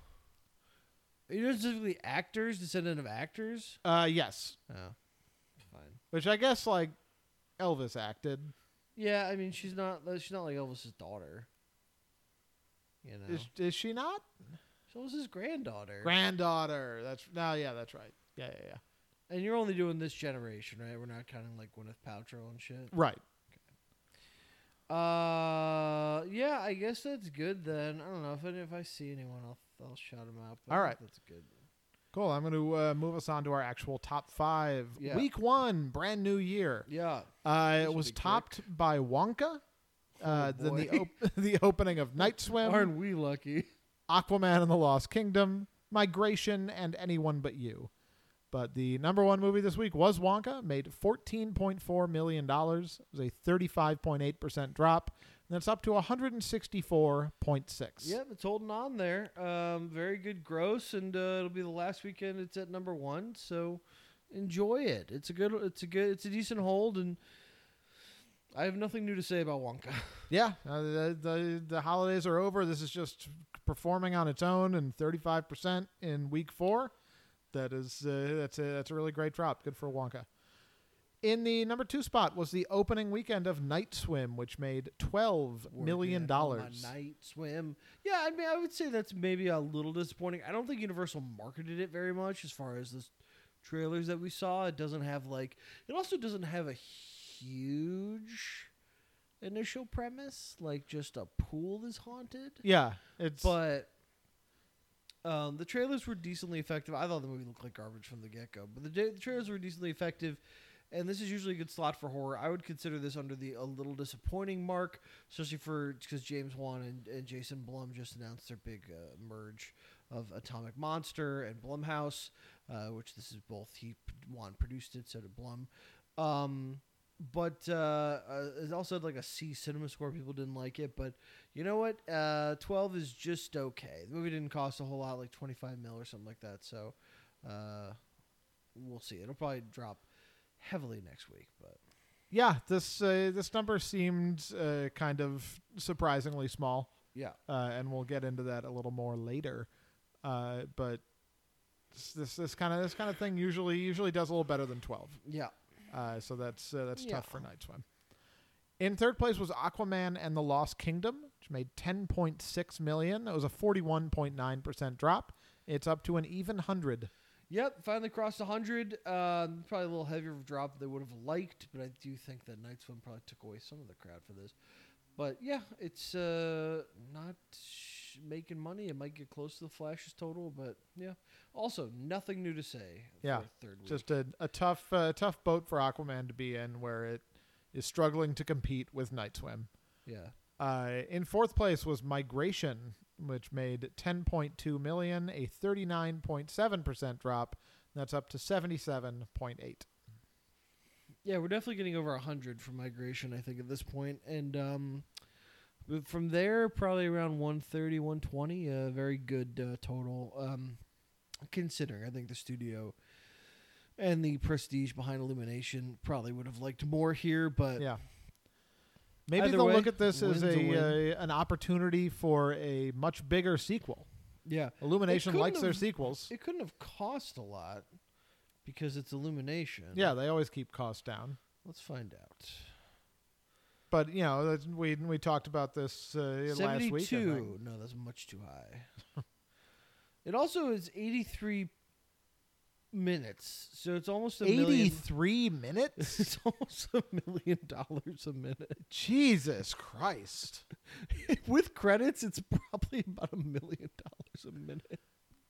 [SPEAKER 1] Are you not specifically actors, descendant of actors?
[SPEAKER 2] Uh, yes,
[SPEAKER 1] Oh, fine.
[SPEAKER 2] which I guess like Elvis acted.
[SPEAKER 1] Yeah, I mean she's not uh, she's not like Elvis's daughter. You know,
[SPEAKER 2] Is, is she not
[SPEAKER 1] she's Elvis's granddaughter.
[SPEAKER 2] granddaughter? That's no, yeah, that's right. Yeah, yeah, yeah.
[SPEAKER 1] and you're only doing this generation, right? We're not counting like Gwyneth Paltrow and shit.
[SPEAKER 2] Right.
[SPEAKER 1] Uh, yeah, I guess that's good then. I don't know if I, if I see anyone, I'll I'll shout them out. But
[SPEAKER 2] All
[SPEAKER 1] I think
[SPEAKER 2] right.
[SPEAKER 1] that's good.
[SPEAKER 2] Cool. I'm going to uh, move us on to our actual top five.
[SPEAKER 1] Yeah.
[SPEAKER 2] Week one, brand new year.
[SPEAKER 1] Yeah,
[SPEAKER 2] Uh,
[SPEAKER 1] will
[SPEAKER 2] it was
[SPEAKER 1] be quick. Oh,
[SPEAKER 2] topped by Wonka. Uh, then the
[SPEAKER 1] boy.
[SPEAKER 2] op- the opening of Night Swim,
[SPEAKER 1] aren't we lucky?
[SPEAKER 2] Aquaman and the Lost Kingdom, Migration, and Anyone But You. But the number one movie this week was Wonka, made $14.4 million. It was a 35.8% drop. And it's up to 164.6.
[SPEAKER 1] Yep, it's holding on there. Um, very good gross, and uh, it'll be the last weekend. It's at number one, so enjoy it. It's a good, it's a good, it's a decent hold, and I have nothing new to say about Wonka.
[SPEAKER 2] Yeah, uh, the, the the holidays are over. This is just performing on its own, and thirty five percent in week four. That is uh, that's a that's a really great drop. Good for Wonka. In the number two spot was the opening weekend of Night Swim, which made twelve million dollars.
[SPEAKER 1] My night swim. Yeah, I mean, I would say that's maybe a little disappointing. I don't think Universal marketed it very much as far as the s- trailers that we saw. It doesn't have like. It also doesn't have a huge initial premise, like just a pool is haunted.
[SPEAKER 2] Yeah, it's
[SPEAKER 1] But um, the trailers were decently effective. I thought the movie looked like garbage from the get go, but the, da- the trailers were decently effective. And this is usually a good slot for horror. I would consider this under the a little disappointing mark, especially for because James Wan and, and Jason Blum just announced their big uh, merge of Atomic Monster and Blumhouse, uh, which this is both he Wan produced it, so did Blum. Um, but uh, uh, it also had like a C cinema score. People didn't like it, but you know what? Uh, Twelve is just okay. The movie didn't cost a whole lot, like twenty five mil or something like that. So, uh, we'll see. It'll probably drop heavily next week, but
[SPEAKER 2] yeah, this uh, this number seemed uh, kind of surprisingly small.
[SPEAKER 1] Yeah.
[SPEAKER 2] uh, and we'll get into that a little more later. Uh, but this this- this kind of this kind of thing usually usually does a little better than twelve.
[SPEAKER 1] Yeah.
[SPEAKER 2] Uh, so that's uh, that's tough
[SPEAKER 1] Yeah.
[SPEAKER 2] for Night Swim. In third place was Aquaman and the Lost Kingdom, which made 10.6 million. That was a 41.9% drop. It's up to an even 100.
[SPEAKER 1] Yep, finally crossed 100. Um, probably a little heavier of a drop than they would have liked, but I do think that Night Swim probably took away some of the crowd for this. But yeah, it's uh, not sh- making money. It might get close to the Flash's total, but yeah. Also, nothing new to say.
[SPEAKER 2] Yeah,
[SPEAKER 1] for a third week.
[SPEAKER 2] Just a, a tough uh, tough boat for Aquaman to be in where it is struggling to compete with Night Swim.
[SPEAKER 1] yeah,
[SPEAKER 2] Uh, in fourth place was Migration, which made 10.2 million, a 39.7% drop. That's up to 77.8.
[SPEAKER 1] yeah. We're definitely getting over 100 for migration. I think at this point, and um, but from there, probably around 130, 120. A very good uh, total. Um, considering I think the studio and the prestige behind Illumination probably would have liked more here, but
[SPEAKER 2] Yeah. Maybe
[SPEAKER 1] Either
[SPEAKER 2] they'll
[SPEAKER 1] way,
[SPEAKER 2] look at this as
[SPEAKER 1] win's a
[SPEAKER 2] a,
[SPEAKER 1] win.
[SPEAKER 2] a an opportunity for a much bigger sequel.
[SPEAKER 1] yeah,
[SPEAKER 2] Illumination
[SPEAKER 1] couldn't
[SPEAKER 2] likes their
[SPEAKER 1] have-
[SPEAKER 2] sequels.
[SPEAKER 1] it couldn't have cost a lot because it's Illumination.
[SPEAKER 2] Yeah, they always keep costs down.
[SPEAKER 1] let's find out.
[SPEAKER 2] But you know, that's- we we talked about this uh, last week. I think.
[SPEAKER 1] Seventy-two. No, that's much too high. it also is eighty-three minutes, so it's almost a million.
[SPEAKER 2] Eighty-three minutes.
[SPEAKER 1] It's almost a million dollars a minute.
[SPEAKER 2] Jesus Christ!
[SPEAKER 1] With credits, it's probably about a million dollars a minute.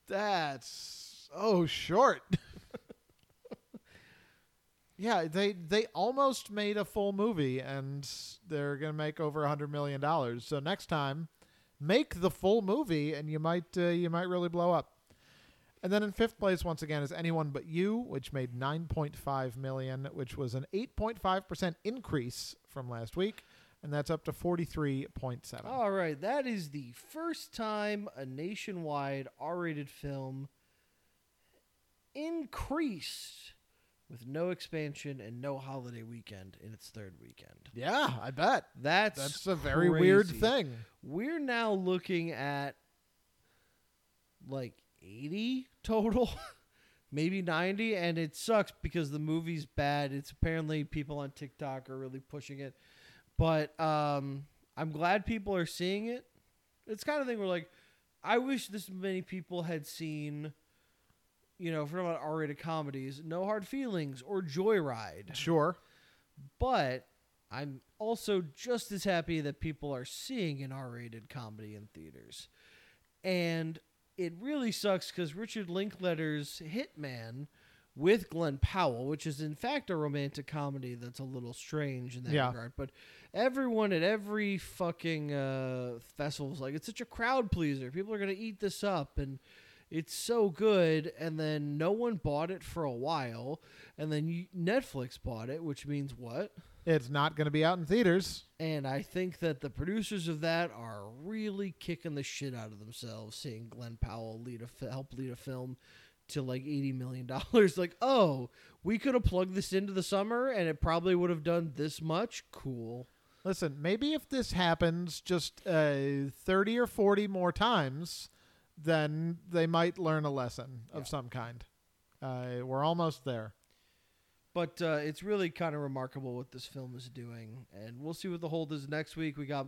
[SPEAKER 2] That's so short. yeah, they they almost made a full movie, and they're gonna make over a hundred million dollars. So next time, make the full movie, and you might uh, you might really blow up. And then in fifth place, once again, is Anyone But You, which made 9.5 million, which was an 8.5% increase from last week, and that's up to 43.7.
[SPEAKER 1] All right, that is the first time a nationwide R-rated film increased with no expansion and no holiday weekend in its third weekend.
[SPEAKER 2] Yeah, I bet.
[SPEAKER 1] That's
[SPEAKER 2] That's a very weird
[SPEAKER 1] crazy.
[SPEAKER 2] thing.
[SPEAKER 1] We're now looking at like 80 total, maybe 90, and it sucks because the movie's bad. It's apparently people on TikTok are really pushing it, but um, I'm glad people are seeing it. It's kind of thing where like, I wish this many people had seen, you know, from about R-rated comedies, No Hard Feelings or Joyride
[SPEAKER 2] Sure.
[SPEAKER 1] but I'm also just as happy that people are seeing an R-rated comedy in theaters. And it really sucks because Richard Linklater's Hitman with Glenn Powell, which is in fact a romantic comedy that's a little strange in that
[SPEAKER 2] Yeah.
[SPEAKER 1] regard, but everyone at every fucking uh, festival is like, it's such a crowd pleaser. People are gonna eat this up, and it's so good. And then no one bought it for a while, and then you, Netflix bought it, which means what?
[SPEAKER 2] It's not going to be out in theaters.
[SPEAKER 1] And I think that the producers of that are really kicking the shit out of themselves seeing Glenn Powell lead a fi- help lead a film to like eighty million dollars. Like, oh, we could have plugged this into the summer and it probably would have done this much. Cool.
[SPEAKER 2] Listen, maybe if this happens just uh, 30 or 40 more times, then they might learn a lesson
[SPEAKER 1] Yeah.
[SPEAKER 2] of some kind. Uh, we're almost there.
[SPEAKER 1] But uh, it's really kind of remarkable what this film is doing, and we'll see what the hold is next week. We got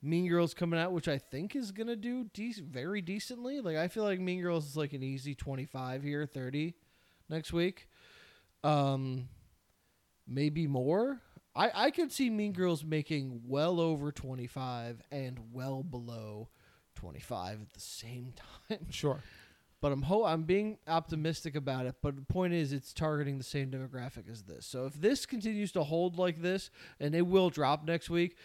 [SPEAKER 1] Mean Girls coming out, which I think is gonna do de- very decently. Like I feel like Mean Girls is like an easy twenty five here, thirty next week. Um, maybe more. I I could see Mean Girls making well over twenty five and well below twenty five at the same time
[SPEAKER 2] Sure.
[SPEAKER 1] but I'm ho- I'm being optimistic about it. But the point is, it's targeting the same demographic as this. So if this continues to hold like this, and it will drop next week,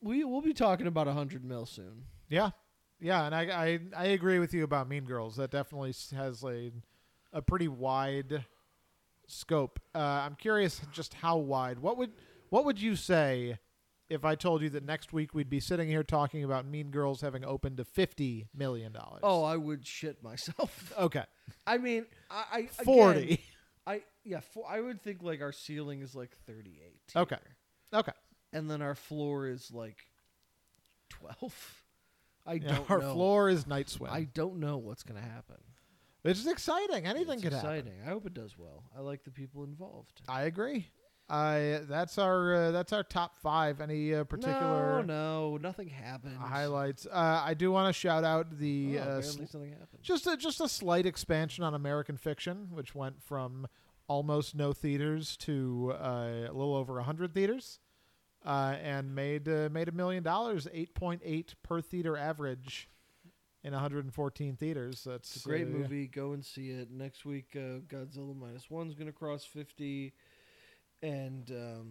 [SPEAKER 1] we we'll be talking about hundred mil soon.
[SPEAKER 2] Yeah. Yeah. And I, I, I agree with you about Mean Girls. That definitely s- has a, a pretty wide scope. Uh, I'm curious just how wide. What would, what would you say if I told you that next week we'd be sitting here talking about Mean Girls having opened to $50 million?
[SPEAKER 1] Oh, I would shit myself.
[SPEAKER 2] Okay.
[SPEAKER 1] I mean, I, I again,
[SPEAKER 2] 40.
[SPEAKER 1] I yeah, fo- I would think like our ceiling is like thirty eight.
[SPEAKER 2] Okay. Okay.
[SPEAKER 1] and then our floor is like twelve. I
[SPEAKER 2] You know,
[SPEAKER 1] don't
[SPEAKER 2] our
[SPEAKER 1] know.
[SPEAKER 2] floor is Night Swim.
[SPEAKER 1] I don't know what's gonna happen.
[SPEAKER 2] it's just exciting. Anything
[SPEAKER 1] it's
[SPEAKER 2] could happen.
[SPEAKER 1] exciting. I hope it does well. I like the people involved.
[SPEAKER 2] I agree. I that's our uh, that's our top five. Any uh, particular
[SPEAKER 1] No, no, nothing happened.
[SPEAKER 2] highlights? Uh, I do want to shout out
[SPEAKER 1] Oh,
[SPEAKER 2] the uh,
[SPEAKER 1] apparently
[SPEAKER 2] sl-
[SPEAKER 1] something happened.
[SPEAKER 2] just a, just a slight expansion on American Fiction, which went from almost no theaters to uh, a little over hundred theaters, uh, and made uh, made a million dollars, eight point eight per theater average, in one hundred and fourteen theaters. That's
[SPEAKER 1] It's a great
[SPEAKER 2] uh,
[SPEAKER 1] movie. Go and see it next week. Uh, Godzilla minus one's gonna cross fifty, and um,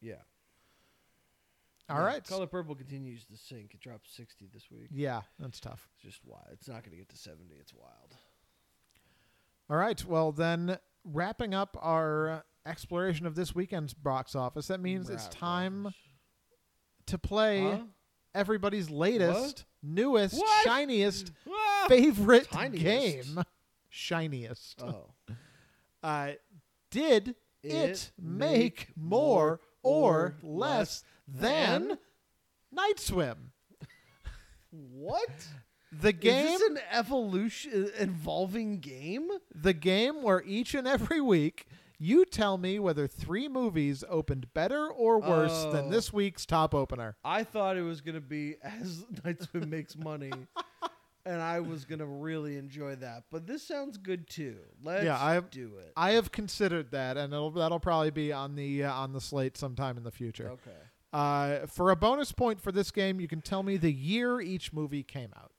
[SPEAKER 1] yeah.
[SPEAKER 2] All
[SPEAKER 1] Yeah,
[SPEAKER 2] right.
[SPEAKER 1] Color Purple continues to sink. It dropped sixty this week.
[SPEAKER 2] Yeah, that's tough.
[SPEAKER 1] It's just wild. It's not gonna get to seventy. It's wild.
[SPEAKER 2] All right. Well, then wrapping up our exploration of this weekend's box office, that means it's
[SPEAKER 1] Right,
[SPEAKER 2] time
[SPEAKER 1] right.
[SPEAKER 2] to play
[SPEAKER 1] Huh?
[SPEAKER 2] everybody's latest, newest,
[SPEAKER 1] What?
[SPEAKER 2] shiniest,
[SPEAKER 1] Ah!
[SPEAKER 2] favorite
[SPEAKER 1] Tiniest.
[SPEAKER 2] game. Shiniest.
[SPEAKER 1] Oh,
[SPEAKER 2] Uh, did it, make more or less than Night Swim?
[SPEAKER 1] what?
[SPEAKER 2] The game
[SPEAKER 1] Is this an evolution involving game?
[SPEAKER 2] The game where each and every week you tell me whether three movies opened better or worse
[SPEAKER 1] Oh.
[SPEAKER 2] than this week's top opener.
[SPEAKER 1] I thought it was gonna be as Night Swim makes money, and I was gonna really enjoy that. But this sounds good too. Let's
[SPEAKER 2] Yeah, I-
[SPEAKER 1] do it.
[SPEAKER 2] I have considered that, and it'll, that'll probably be on the uh, on the slate sometime in the future.
[SPEAKER 1] okay.
[SPEAKER 2] Uh, for a bonus point for this game, you can tell me the year each movie came out.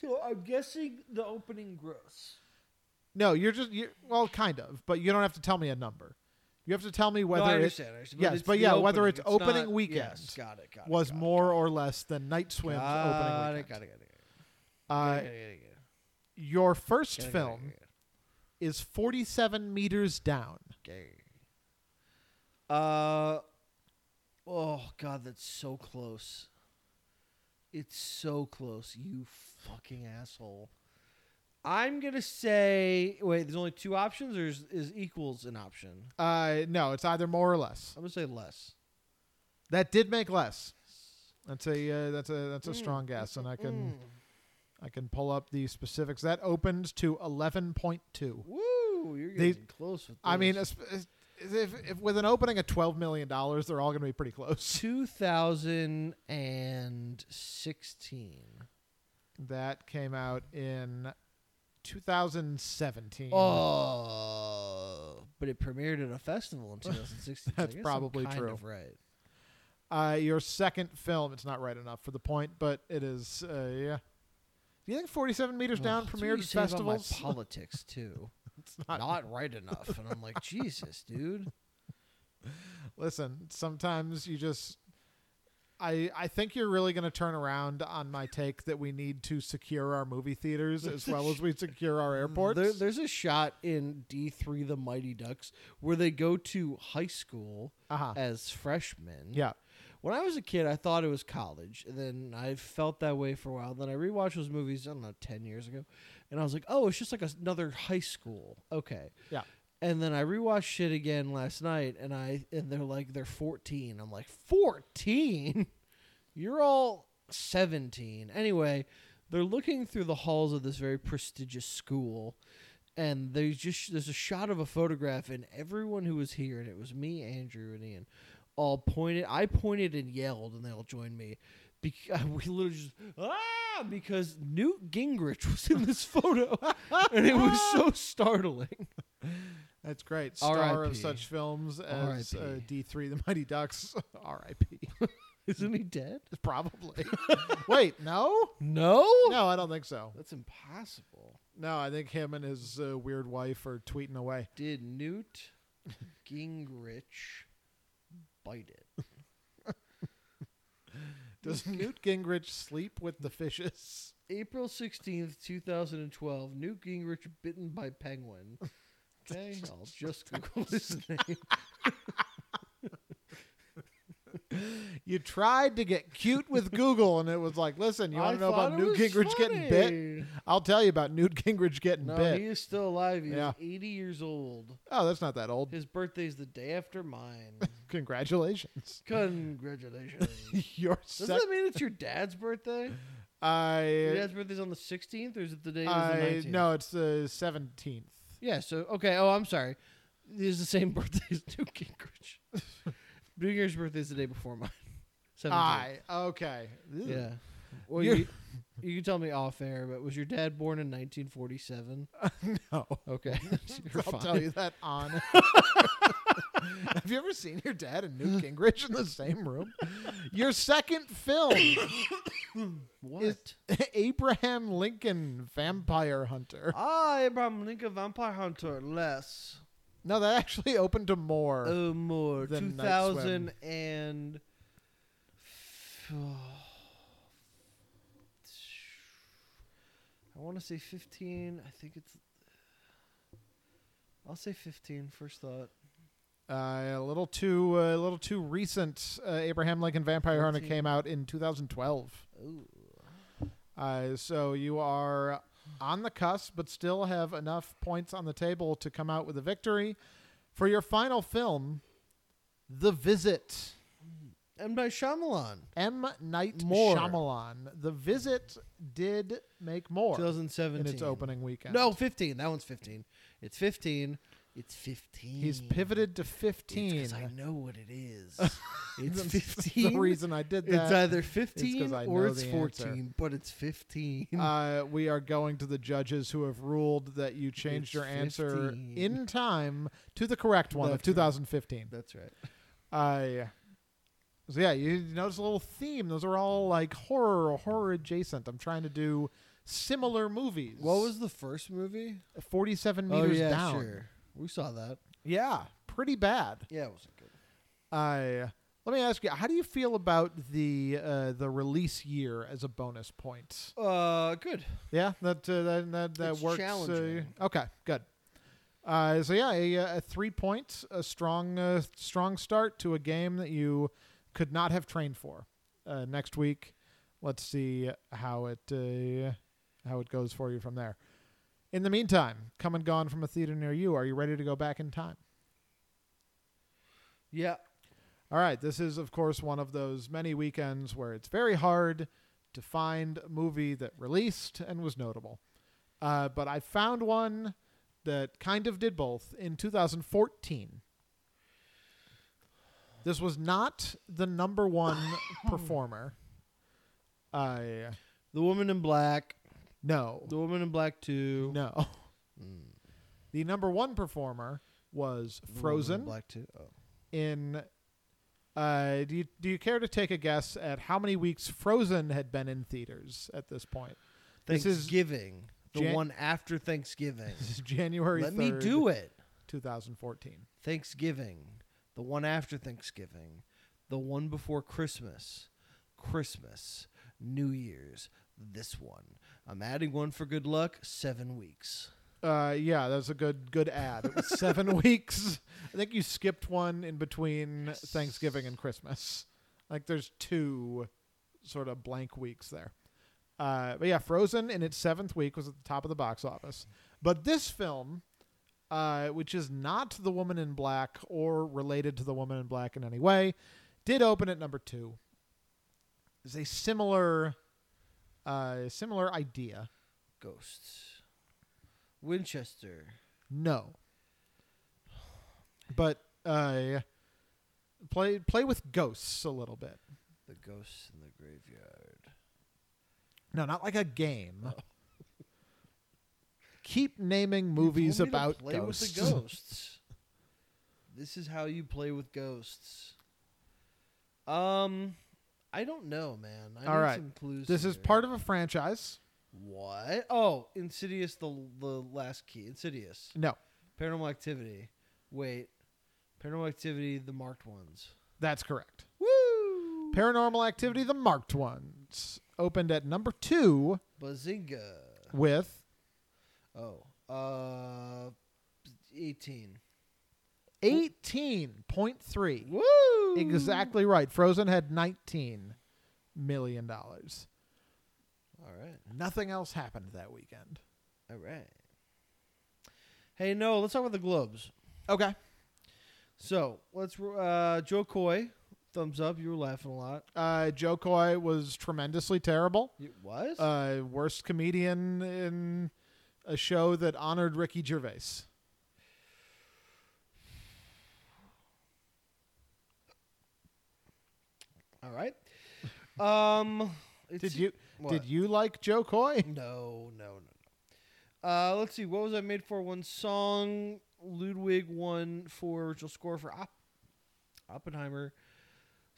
[SPEAKER 1] So I'm guessing the opening gross.
[SPEAKER 2] No, you're just you're, well, kind of, but you don't have to tell me a number. You have to tell me
[SPEAKER 1] no, I
[SPEAKER 2] whether it
[SPEAKER 1] understand. I understand,
[SPEAKER 2] yes,
[SPEAKER 1] it's
[SPEAKER 2] but
[SPEAKER 1] the
[SPEAKER 2] yeah, whether it's
[SPEAKER 1] not-
[SPEAKER 2] opening weekend
[SPEAKER 1] yes, got it, got it,
[SPEAKER 2] was
[SPEAKER 1] got it,
[SPEAKER 2] more
[SPEAKER 1] got it.
[SPEAKER 2] or less than Night Swim's
[SPEAKER 1] Got
[SPEAKER 2] opening
[SPEAKER 1] it,
[SPEAKER 2] weekend.
[SPEAKER 1] got it, got it, got it.
[SPEAKER 2] Uh,
[SPEAKER 1] Got it, got it, got it.
[SPEAKER 2] your first
[SPEAKER 1] Got it, got it,
[SPEAKER 2] film.
[SPEAKER 1] got it, got it.
[SPEAKER 2] is 47 meters down.
[SPEAKER 1] Gay. Uh, oh god, that's so close. It's so close, you fucking asshole. I'm gonna say wait. There's only two options, or is, is equals an option?
[SPEAKER 2] Uh, no, it's either more or less.
[SPEAKER 1] I'm gonna say less.
[SPEAKER 2] That did make less. That's a uh, that's a that's a strong guess, and I can
[SPEAKER 1] Mm.
[SPEAKER 2] I can pull up the specifics. That opens to 11.2.
[SPEAKER 1] Woo, you're
[SPEAKER 2] These-
[SPEAKER 1] getting close with. This.
[SPEAKER 2] Hmm. I mean, es- es- if, if with an opening of 12 million dollars, they're all going to be pretty close.
[SPEAKER 1] 2016.
[SPEAKER 2] That came out in 2017.
[SPEAKER 1] Oh, but it premiered at a festival in 2016. so I
[SPEAKER 2] That's
[SPEAKER 1] guess I'm
[SPEAKER 2] probably
[SPEAKER 1] kind
[SPEAKER 2] true.
[SPEAKER 1] Of right.
[SPEAKER 2] Uh, your second film, it's not right enough for the point, but it is. Uh, yeah. Do you think 47 meters down
[SPEAKER 1] Ugh, that's what
[SPEAKER 2] premiered
[SPEAKER 1] you
[SPEAKER 2] at
[SPEAKER 1] say about my
[SPEAKER 2] festivals?
[SPEAKER 1] politics too.
[SPEAKER 2] It's
[SPEAKER 1] not, right enough, and I'm like, Jesus, dude.
[SPEAKER 2] Listen, sometimes you just I I think you're really going to turn around on my take that we need to secure our movie theaters as well as we secure
[SPEAKER 1] Mm,
[SPEAKER 2] our airports.
[SPEAKER 1] There, there's a shot in D3 The Mighty Ducks where they go to high school
[SPEAKER 2] uh-huh.
[SPEAKER 1] as freshmen.
[SPEAKER 2] Yeah.
[SPEAKER 1] When I was a kid, I thought it was college, and then I felt that way for a while. Then I rewatched those movies, I don't know, 10 years ago, and I was like, oh, it's just like another high school. Okay.
[SPEAKER 2] Yeah.
[SPEAKER 1] And then I rewatched shit again last night, and I and they're like they're 14. I'm like 14. You're all 17. Anyway, they're looking through the halls of this very prestigious school, and there's just there's a shot of a photograph, and everyone who was here, and it was me, Andrew, and Ian, all pointed. I pointed and yelled, and they all joined me. Bec- we literally just ah because Newt Gingrich was in this photo, and it was so startling.
[SPEAKER 2] That's great. Star of
[SPEAKER 1] R.I.P..
[SPEAKER 2] such films as uh,
[SPEAKER 1] R.I.P..
[SPEAKER 2] D3 The Mighty Ducks. RIP.
[SPEAKER 1] Isn't he dead?
[SPEAKER 2] Probably. Wait, no?
[SPEAKER 1] No,
[SPEAKER 2] No, I don't think so.
[SPEAKER 1] that's impossible.
[SPEAKER 2] No, I think him and his uh, weird wife are tweeting away.
[SPEAKER 1] Did Newt Gingrich bite it?
[SPEAKER 2] Does Newt Gingrich sleep with the fishes?
[SPEAKER 1] April sixteenth, two thousand and twelve. Newt Gingrich bitten by penguin. Okay, I'll just Google his name.
[SPEAKER 2] You tried to get cute with Google, and it was like, listen, you
[SPEAKER 1] I
[SPEAKER 2] want to know about
[SPEAKER 1] thought it was
[SPEAKER 2] Newt Gingrich getting bit?
[SPEAKER 1] funny.
[SPEAKER 2] I'll tell you about Newt Gingrich getting
[SPEAKER 1] No,
[SPEAKER 2] bit.
[SPEAKER 1] he is still alive. He's
[SPEAKER 2] Yeah.
[SPEAKER 1] eighty years old.
[SPEAKER 2] Oh, that's not that old.
[SPEAKER 1] His birthday's the day after mine.
[SPEAKER 2] Congratulations.
[SPEAKER 1] Congratulations.
[SPEAKER 2] Your
[SPEAKER 1] Doesn't
[SPEAKER 2] sec-
[SPEAKER 1] that mean it's your dad's birthday? Your
[SPEAKER 2] I
[SPEAKER 1] dad's birthday's on the 16th, or is it the day? it was the
[SPEAKER 2] I
[SPEAKER 1] 19th?
[SPEAKER 2] no, it's the seventeenth.
[SPEAKER 1] Yeah. So okay. Oh, I'm sorry. It is the same birthday as Newt Gingrich. New Year's birthday is the day before mine. 17.
[SPEAKER 2] I okay. Ew.
[SPEAKER 1] Yeah. Well,
[SPEAKER 2] You're-
[SPEAKER 1] you, you can tell me off air, but was your dad born in 1947?
[SPEAKER 2] no.
[SPEAKER 1] Okay. You're
[SPEAKER 2] I'll
[SPEAKER 1] fine.
[SPEAKER 2] tell you that on. Have you ever seen your dad and Newt Gingrich in the same room? Your second film,
[SPEAKER 1] What?
[SPEAKER 2] Abraham Lincoln Vampire Hunter.
[SPEAKER 1] ah, Abraham Lincoln Vampire Hunter less.
[SPEAKER 2] No, that actually opened to more.
[SPEAKER 1] Oh, more.
[SPEAKER 2] The Night
[SPEAKER 1] 2000 and. I want to say 15. I think it's. I'll say 15, first thought.
[SPEAKER 2] Uh, a little too, uh, a little too recent. Uh, Abraham Lincoln Vampire Hunter
[SPEAKER 1] Fourteen.
[SPEAKER 2] came out in 2012.
[SPEAKER 1] Ooh.
[SPEAKER 2] Uh, so you are on the cusp, but still have enough points on the table to come out with a victory for your final film, The Visit.
[SPEAKER 1] And by Shyamalan.
[SPEAKER 2] M. Night
[SPEAKER 1] More.
[SPEAKER 2] Shyamalan. The Visit did make more
[SPEAKER 1] 2017.
[SPEAKER 2] in its opening weekend.
[SPEAKER 1] No, 15. That one's 15. It's 15. It's 15.
[SPEAKER 2] he's pivoted to 15.
[SPEAKER 1] Because I know what it is. it's
[SPEAKER 2] That's
[SPEAKER 1] 15.
[SPEAKER 2] The reason I did
[SPEAKER 1] It's
[SPEAKER 2] that.
[SPEAKER 1] either 15
[SPEAKER 2] I
[SPEAKER 1] or
[SPEAKER 2] know
[SPEAKER 1] it's
[SPEAKER 2] the
[SPEAKER 1] 14,
[SPEAKER 2] answer.
[SPEAKER 1] but it's 15.
[SPEAKER 2] uh, we are going to the judges who have ruled that you changed
[SPEAKER 1] It's
[SPEAKER 2] your answer
[SPEAKER 1] 15.
[SPEAKER 2] in time to the correct one of
[SPEAKER 1] That's right.
[SPEAKER 2] 2015.
[SPEAKER 1] That's right.
[SPEAKER 2] I. so yeah, you notice a little theme. Those are all like horror or horror adjacent. I'm trying to do similar movies.
[SPEAKER 1] What was the first movie?
[SPEAKER 2] 47 meters down?
[SPEAKER 1] Oh, We saw that.
[SPEAKER 2] Yeah, pretty bad.
[SPEAKER 1] Yeah, it wasn't good.
[SPEAKER 2] I let me ask you, how do you feel about the uh, the release year as a bonus point?
[SPEAKER 1] Uh, good.
[SPEAKER 2] Yeah, that uh, that that, that
[SPEAKER 1] It's
[SPEAKER 2] works. uh,
[SPEAKER 1] challenging.
[SPEAKER 2] okay, good. Uh, so yeah, a, a three points, a strong uh, strong start to a game that you could not have trained for. Uh, next week, let's see how it uh, how it goes for you from there. In the meantime, come and gone from a theater near you. Are you ready to go back in time?
[SPEAKER 1] Yeah.
[SPEAKER 2] All right, this is of course one of those many weekends where it's very hard to find a movie that released and was notable. Uh, but I found one that kind of did both in 2014. This was not the number one performer. I
[SPEAKER 1] The Woman in Black.
[SPEAKER 2] no
[SPEAKER 1] The Woman in Black 2.
[SPEAKER 2] no.
[SPEAKER 1] Mm.
[SPEAKER 2] The number one performer was
[SPEAKER 1] The Woman in
[SPEAKER 2] Frozen
[SPEAKER 1] Black 2. Oh.
[SPEAKER 2] in uh, do you do you care to take a guess at how many weeks Frozen had been in theaters at this point? This is-
[SPEAKER 1] Thanksgiving. the
[SPEAKER 2] Jan-
[SPEAKER 1] one after Thanksgiving.
[SPEAKER 2] This is January
[SPEAKER 1] Let me do it.
[SPEAKER 2] 2014.
[SPEAKER 1] Thanksgiving. The one after Thanksgiving. The one before Christmas. Christmas. New Year's. This one. I'm adding one for good luck. Seven weeks.
[SPEAKER 2] Uh, yeah, that's a good good ad. It was seven weeks. I think you skipped one in between Thanksgiving and Christmas. Like there's two sort of blank weeks there. Uh, but yeah, Frozen in its seventh week was at the top of the box office. But this film, uh, which is not The Woman in Black or related to The Woman in Black in any way, did open at number two. Is a similar, uh, similar idea.
[SPEAKER 1] Ghosts. Winchester.
[SPEAKER 2] No. But uh, play play with ghosts a little bit.
[SPEAKER 1] The ghosts in the graveyard.
[SPEAKER 2] No, not like a game. Keep naming movies
[SPEAKER 1] Oh. You told me to
[SPEAKER 2] about
[SPEAKER 1] play
[SPEAKER 2] ghosts.
[SPEAKER 1] with the ghosts. this is how you play with ghosts. Um, I don't know, man. I
[SPEAKER 2] All
[SPEAKER 1] need
[SPEAKER 2] right.
[SPEAKER 1] some clues.
[SPEAKER 2] this is
[SPEAKER 1] here.
[SPEAKER 2] part of a franchise.
[SPEAKER 1] What? Oh, Insidious, the the last key. Insidious.
[SPEAKER 2] No,
[SPEAKER 1] Paranormal Activity. Wait, Paranormal Activity, the marked ones.
[SPEAKER 2] that's correct.
[SPEAKER 1] Woo!
[SPEAKER 2] Paranormal Activity: The Marked Ones opened at number two
[SPEAKER 1] Bazinga.
[SPEAKER 2] with
[SPEAKER 1] Oh, uh, eighteen.
[SPEAKER 2] eighteen point three.
[SPEAKER 1] Woo!
[SPEAKER 2] Exactly right. Frozen had nineteen million dollars.
[SPEAKER 1] All right.
[SPEAKER 2] Nothing else happened that weekend.
[SPEAKER 1] All right. Hey, no, let's talk about the Globes.
[SPEAKER 2] Okay.
[SPEAKER 1] So let's uh, Joe Coy, thumbs up. You were laughing a lot.
[SPEAKER 2] Uh, Joe Coy was tremendously terrible.
[SPEAKER 1] It was.
[SPEAKER 2] Uh, worst comedian in a show that honored Ricky Gervais.
[SPEAKER 1] All right. Um,
[SPEAKER 2] Did you
[SPEAKER 1] what?
[SPEAKER 2] did you like Joe Coy?
[SPEAKER 1] No, no, no, no. Uh, let's see. What was I made for? One song. Ludwig won for original score for Op- Oppenheimer.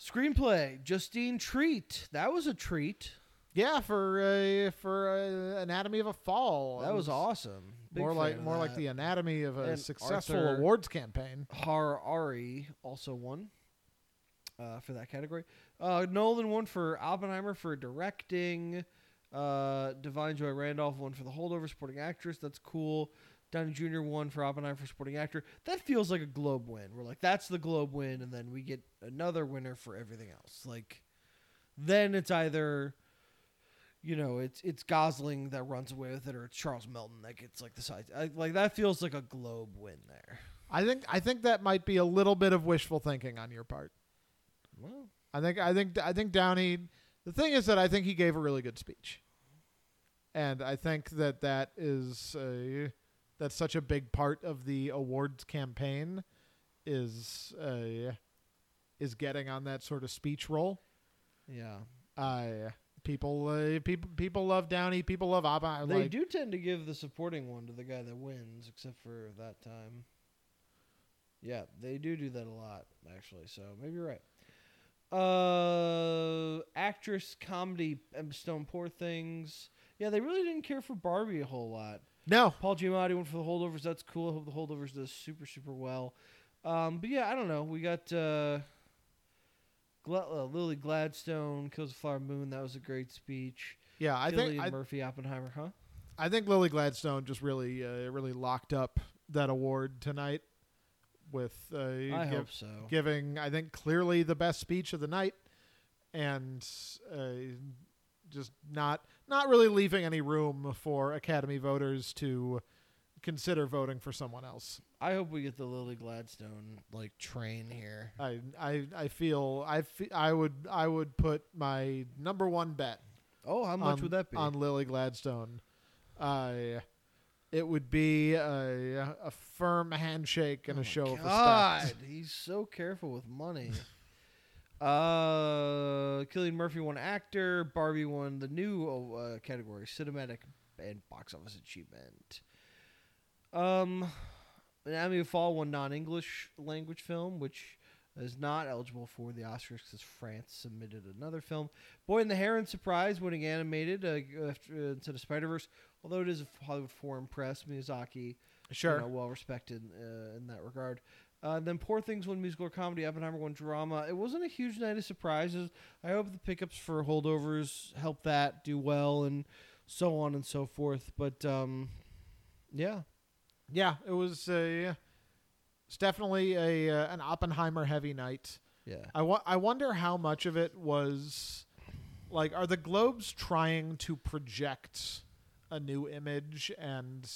[SPEAKER 1] Screenplay. Justine Treat. That was a treat.
[SPEAKER 2] Yeah, for uh, for uh, Anatomy of a Fall. I
[SPEAKER 1] That was awesome. Big
[SPEAKER 2] More
[SPEAKER 1] fan
[SPEAKER 2] like
[SPEAKER 1] of
[SPEAKER 2] more like
[SPEAKER 1] that.
[SPEAKER 2] the anatomy of a
[SPEAKER 1] And
[SPEAKER 2] successful
[SPEAKER 1] Arthur-
[SPEAKER 2] awards campaign.
[SPEAKER 1] Harari also won uh, for that category. Uh, Nolan won for Oppenheimer for directing. Uh, Divine Joy Randolph won for the holdover supporting actress. That's cool. Downey Jr. won for Oppenheimer for supporting actor. That feels like a Globe win. We're like, that's the Globe win, and then we get another winner for everything else. Like, then it's either, you know, it's it's Gosling that runs away with it, or it's Charles Melton that gets like the side. I, like that feels like a Globe win there.
[SPEAKER 2] I think I think that might be a little bit of wishful thinking on your part.
[SPEAKER 1] Well,
[SPEAKER 2] I think I think I think Downey. The thing is that I think he gave a really good speech, and I think that that is uh, that's such a big part of the awards campaign is uh, is getting on that sort of speech role.
[SPEAKER 1] Yeah,
[SPEAKER 2] Uh, people uh, people people love Downey. People love Oppenheimer.
[SPEAKER 1] they
[SPEAKER 2] like,
[SPEAKER 1] do tend to give the supporting one to the guy that wins, except for that time. Yeah, they do do that a lot, actually. So maybe you're right. Uh, actress comedy um, Stone Poor Things. Yeah, they really didn't care for Barbie a whole lot.
[SPEAKER 2] No,
[SPEAKER 1] Paul Giamatti went for the holdovers. That's cool. I hope the holdovers does super super well. Um, but yeah, I don't know. We got uh, Gla- uh, Lily Gladstone kills a flower moon. That was a great speech.
[SPEAKER 2] yeah, I
[SPEAKER 1] Cillian
[SPEAKER 2] think I,
[SPEAKER 1] Murphy Oppenheimer, huh?
[SPEAKER 2] I think Lily Gladstone just really uh, really locked up that award tonight with uh,
[SPEAKER 1] I
[SPEAKER 2] give-
[SPEAKER 1] hope so.
[SPEAKER 2] giving I think clearly the best speech of the night, and uh, just not not really leaving any room for Academy voters to consider voting for someone else.
[SPEAKER 1] I hope we get the Lily Gladstone like train here.
[SPEAKER 2] I I, I feel I fe- I would I would put my number one bet
[SPEAKER 1] Oh, how much
[SPEAKER 2] on,
[SPEAKER 1] would that be?
[SPEAKER 2] on Lily Gladstone. Uh, it would be a, a firm handshake and
[SPEAKER 1] Oh
[SPEAKER 2] a
[SPEAKER 1] my
[SPEAKER 2] show of
[SPEAKER 1] God,
[SPEAKER 2] respect.
[SPEAKER 1] he's so careful with money. uh, Killian Murphy won actor. Barbie won the new uh, category, cinematic and box office achievement. Um, Anatomy of Fall won non-English language film, which is not eligible for the Oscars because France submitted another film. Boy and the Heron surprise winning animated uh, after, uh, instead of Spider Verse, although it is a Hollywood foreign press. Miyazaki
[SPEAKER 2] Sure.
[SPEAKER 1] you know, well respected uh, in that regard. Uh, then Poor Things won musical or comedy, Oppenheimer won drama. It wasn't a huge night of surprises. I hope the pickups for holdovers help that do well and so on and so forth. But um, yeah,
[SPEAKER 2] Yeah, it was uh, it's definitely a uh, an Oppenheimer heavy night.
[SPEAKER 1] yeah,
[SPEAKER 2] I wa- I wonder how much of it was like are the globes trying to project a new image and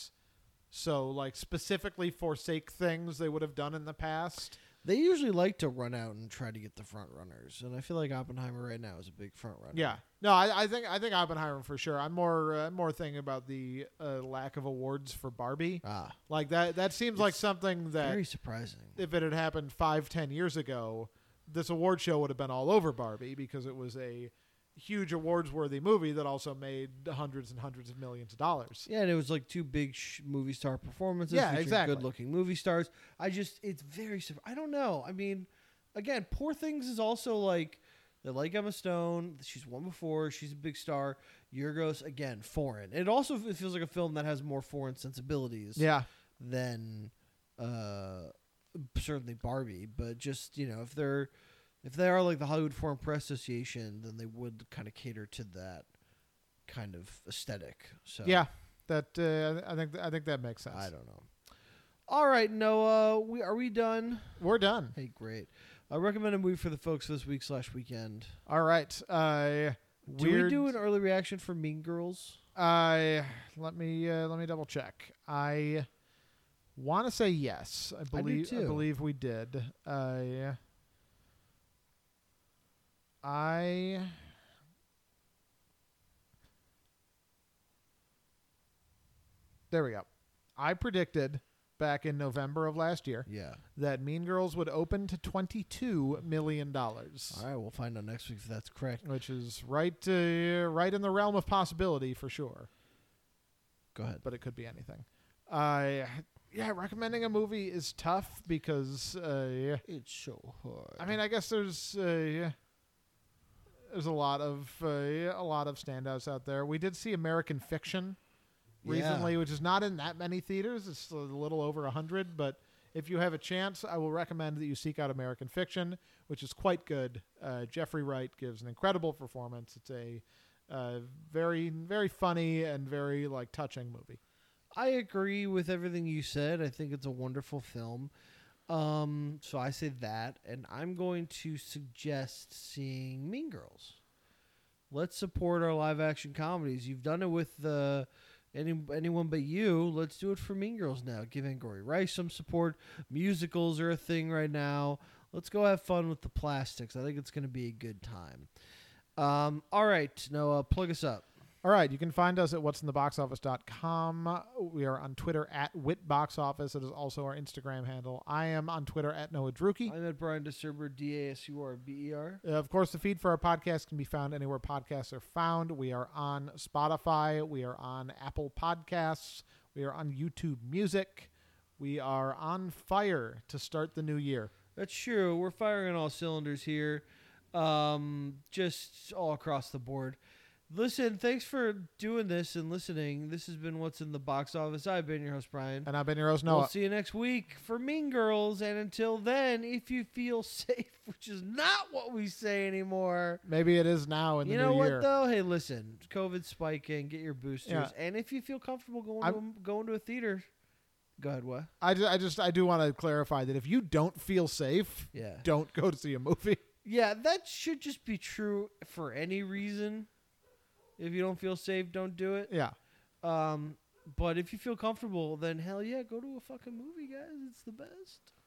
[SPEAKER 2] so like specifically forsake things they would have done in the past.
[SPEAKER 1] they usually like to run out and try to get the front runners, and I feel like Oppenheimer right now is a big front runner.
[SPEAKER 2] Yeah. No, I, I think I think Oppenheimer for sure. I'm more uh, more thinking about the uh, lack of awards for Barbie.
[SPEAKER 1] ah,
[SPEAKER 2] Like that that seems like
[SPEAKER 1] It's
[SPEAKER 2] something that
[SPEAKER 1] very surprising.
[SPEAKER 2] if it had happened five, ten years ago, this award show would have been all over Barbie because it was a huge awards worthy movie that also made hundreds and hundreds of millions of dollars.
[SPEAKER 1] Yeah, and it was like two big sh- movie star performances.
[SPEAKER 2] Yeah,
[SPEAKER 1] featuring
[SPEAKER 2] exactly.
[SPEAKER 1] Good-looking movie stars. I just, it's very. sur- I don't know. I mean, again, Poor Things is also like they like Emma Stone. She's won before. She's a big star. Yorgos again, foreign. It also f- it feels like a film that has more foreign sensibilities
[SPEAKER 2] Yeah.
[SPEAKER 1] than uh, certainly Barbie. But just you know, if they're if they are like the Hollywood Foreign Press Association, then they would kind of cater to that kind of aesthetic. So
[SPEAKER 2] Yeah. That uh, I think I think that makes sense.
[SPEAKER 1] I don't know. All right, Noah, we are we done?
[SPEAKER 2] We're done.
[SPEAKER 1] Hey, great. I recommend a movie for the folks this week slash weekend.
[SPEAKER 2] All right. Uh,
[SPEAKER 1] Do
[SPEAKER 2] weird,
[SPEAKER 1] we do an early reaction for Mean Girls?
[SPEAKER 2] I let me uh, let me double check. I Want to say yes? I believe.
[SPEAKER 1] too.
[SPEAKER 2] believe we did. I. I. There we go. I predicted back in November of last year
[SPEAKER 1] Yeah.
[SPEAKER 2] that Mean Girls would open to twenty-two million dollars,
[SPEAKER 1] All right, we'll find out next week if that's correct.
[SPEAKER 2] which is right, uh, right in the realm of possibility for sure.
[SPEAKER 1] Go ahead.
[SPEAKER 2] but it could be anything. Uh, yeah, recommending a movie is tough because uh,
[SPEAKER 1] It's so hard.
[SPEAKER 2] I mean, I guess there's uh, there's a lot of uh, a lot of standouts out there. We did see American Fiction
[SPEAKER 1] Yeah.
[SPEAKER 2] recently, which is not in that many theaters. It's a little over a hundred, but if you have a chance, I will recommend that you seek out American Fiction, which is quite good. Uh, Jeffrey Wright gives an incredible performance. It's a uh, very very funny and very like touching movie.
[SPEAKER 1] I agree with everything you said. I think it's a wonderful film. Um, so I say that, and I'm going to suggest seeing Mean Girls. Let's support our live action comedies. You've done it with the any, anyone but you. Let's do it for Mean Girls now. Give Angory Rice some support. Musicals are a thing right now. Let's go have fun with the plastics. I think it's going to be a good time. Um, all right, Noah, plug us up.
[SPEAKER 2] All right, you can find us at what'sintheboxoffice.com. We are on Twitter at witboxoffice. It is also our Instagram handle. I am on Twitter at Noah Druki.
[SPEAKER 1] I'm at Brian DeSerber, D A S U R B E R.
[SPEAKER 2] Uh, Of course, the feed for our podcast can be found anywhere podcasts are found. We are on Spotify. We are on Apple Podcasts. We are on YouTube Music. We are on fire to start the new year.
[SPEAKER 1] That's true. We're firing on all cylinders here, um, just all across the board. Listen, thanks for doing this and listening. This has been What's in the Box Office. I've been your host, Brian.
[SPEAKER 2] And I've been your host,
[SPEAKER 1] We'll
[SPEAKER 2] Noah.
[SPEAKER 1] see you next week for Mean Girls. And until then, if you feel safe, which is not what we say anymore.
[SPEAKER 2] Maybe it is now in the
[SPEAKER 1] you
[SPEAKER 2] new
[SPEAKER 1] know what
[SPEAKER 2] year.
[SPEAKER 1] though? Hey, listen, COVID spiking, get your boosters,
[SPEAKER 2] Yeah.
[SPEAKER 1] and if you feel comfortable going
[SPEAKER 2] I'm-
[SPEAKER 1] to, a- going to a theater, go ahead. What?
[SPEAKER 2] I, ju- I just I do want to clarify that if you don't feel safe,
[SPEAKER 1] Yeah.
[SPEAKER 2] don't go to see a movie.
[SPEAKER 1] Yeah, that should just be true for any reason. If you don't feel safe, don't do it.
[SPEAKER 2] Yeah.
[SPEAKER 1] Um, but if you feel comfortable, then hell yeah, go to a fucking movie, guys. It's the best.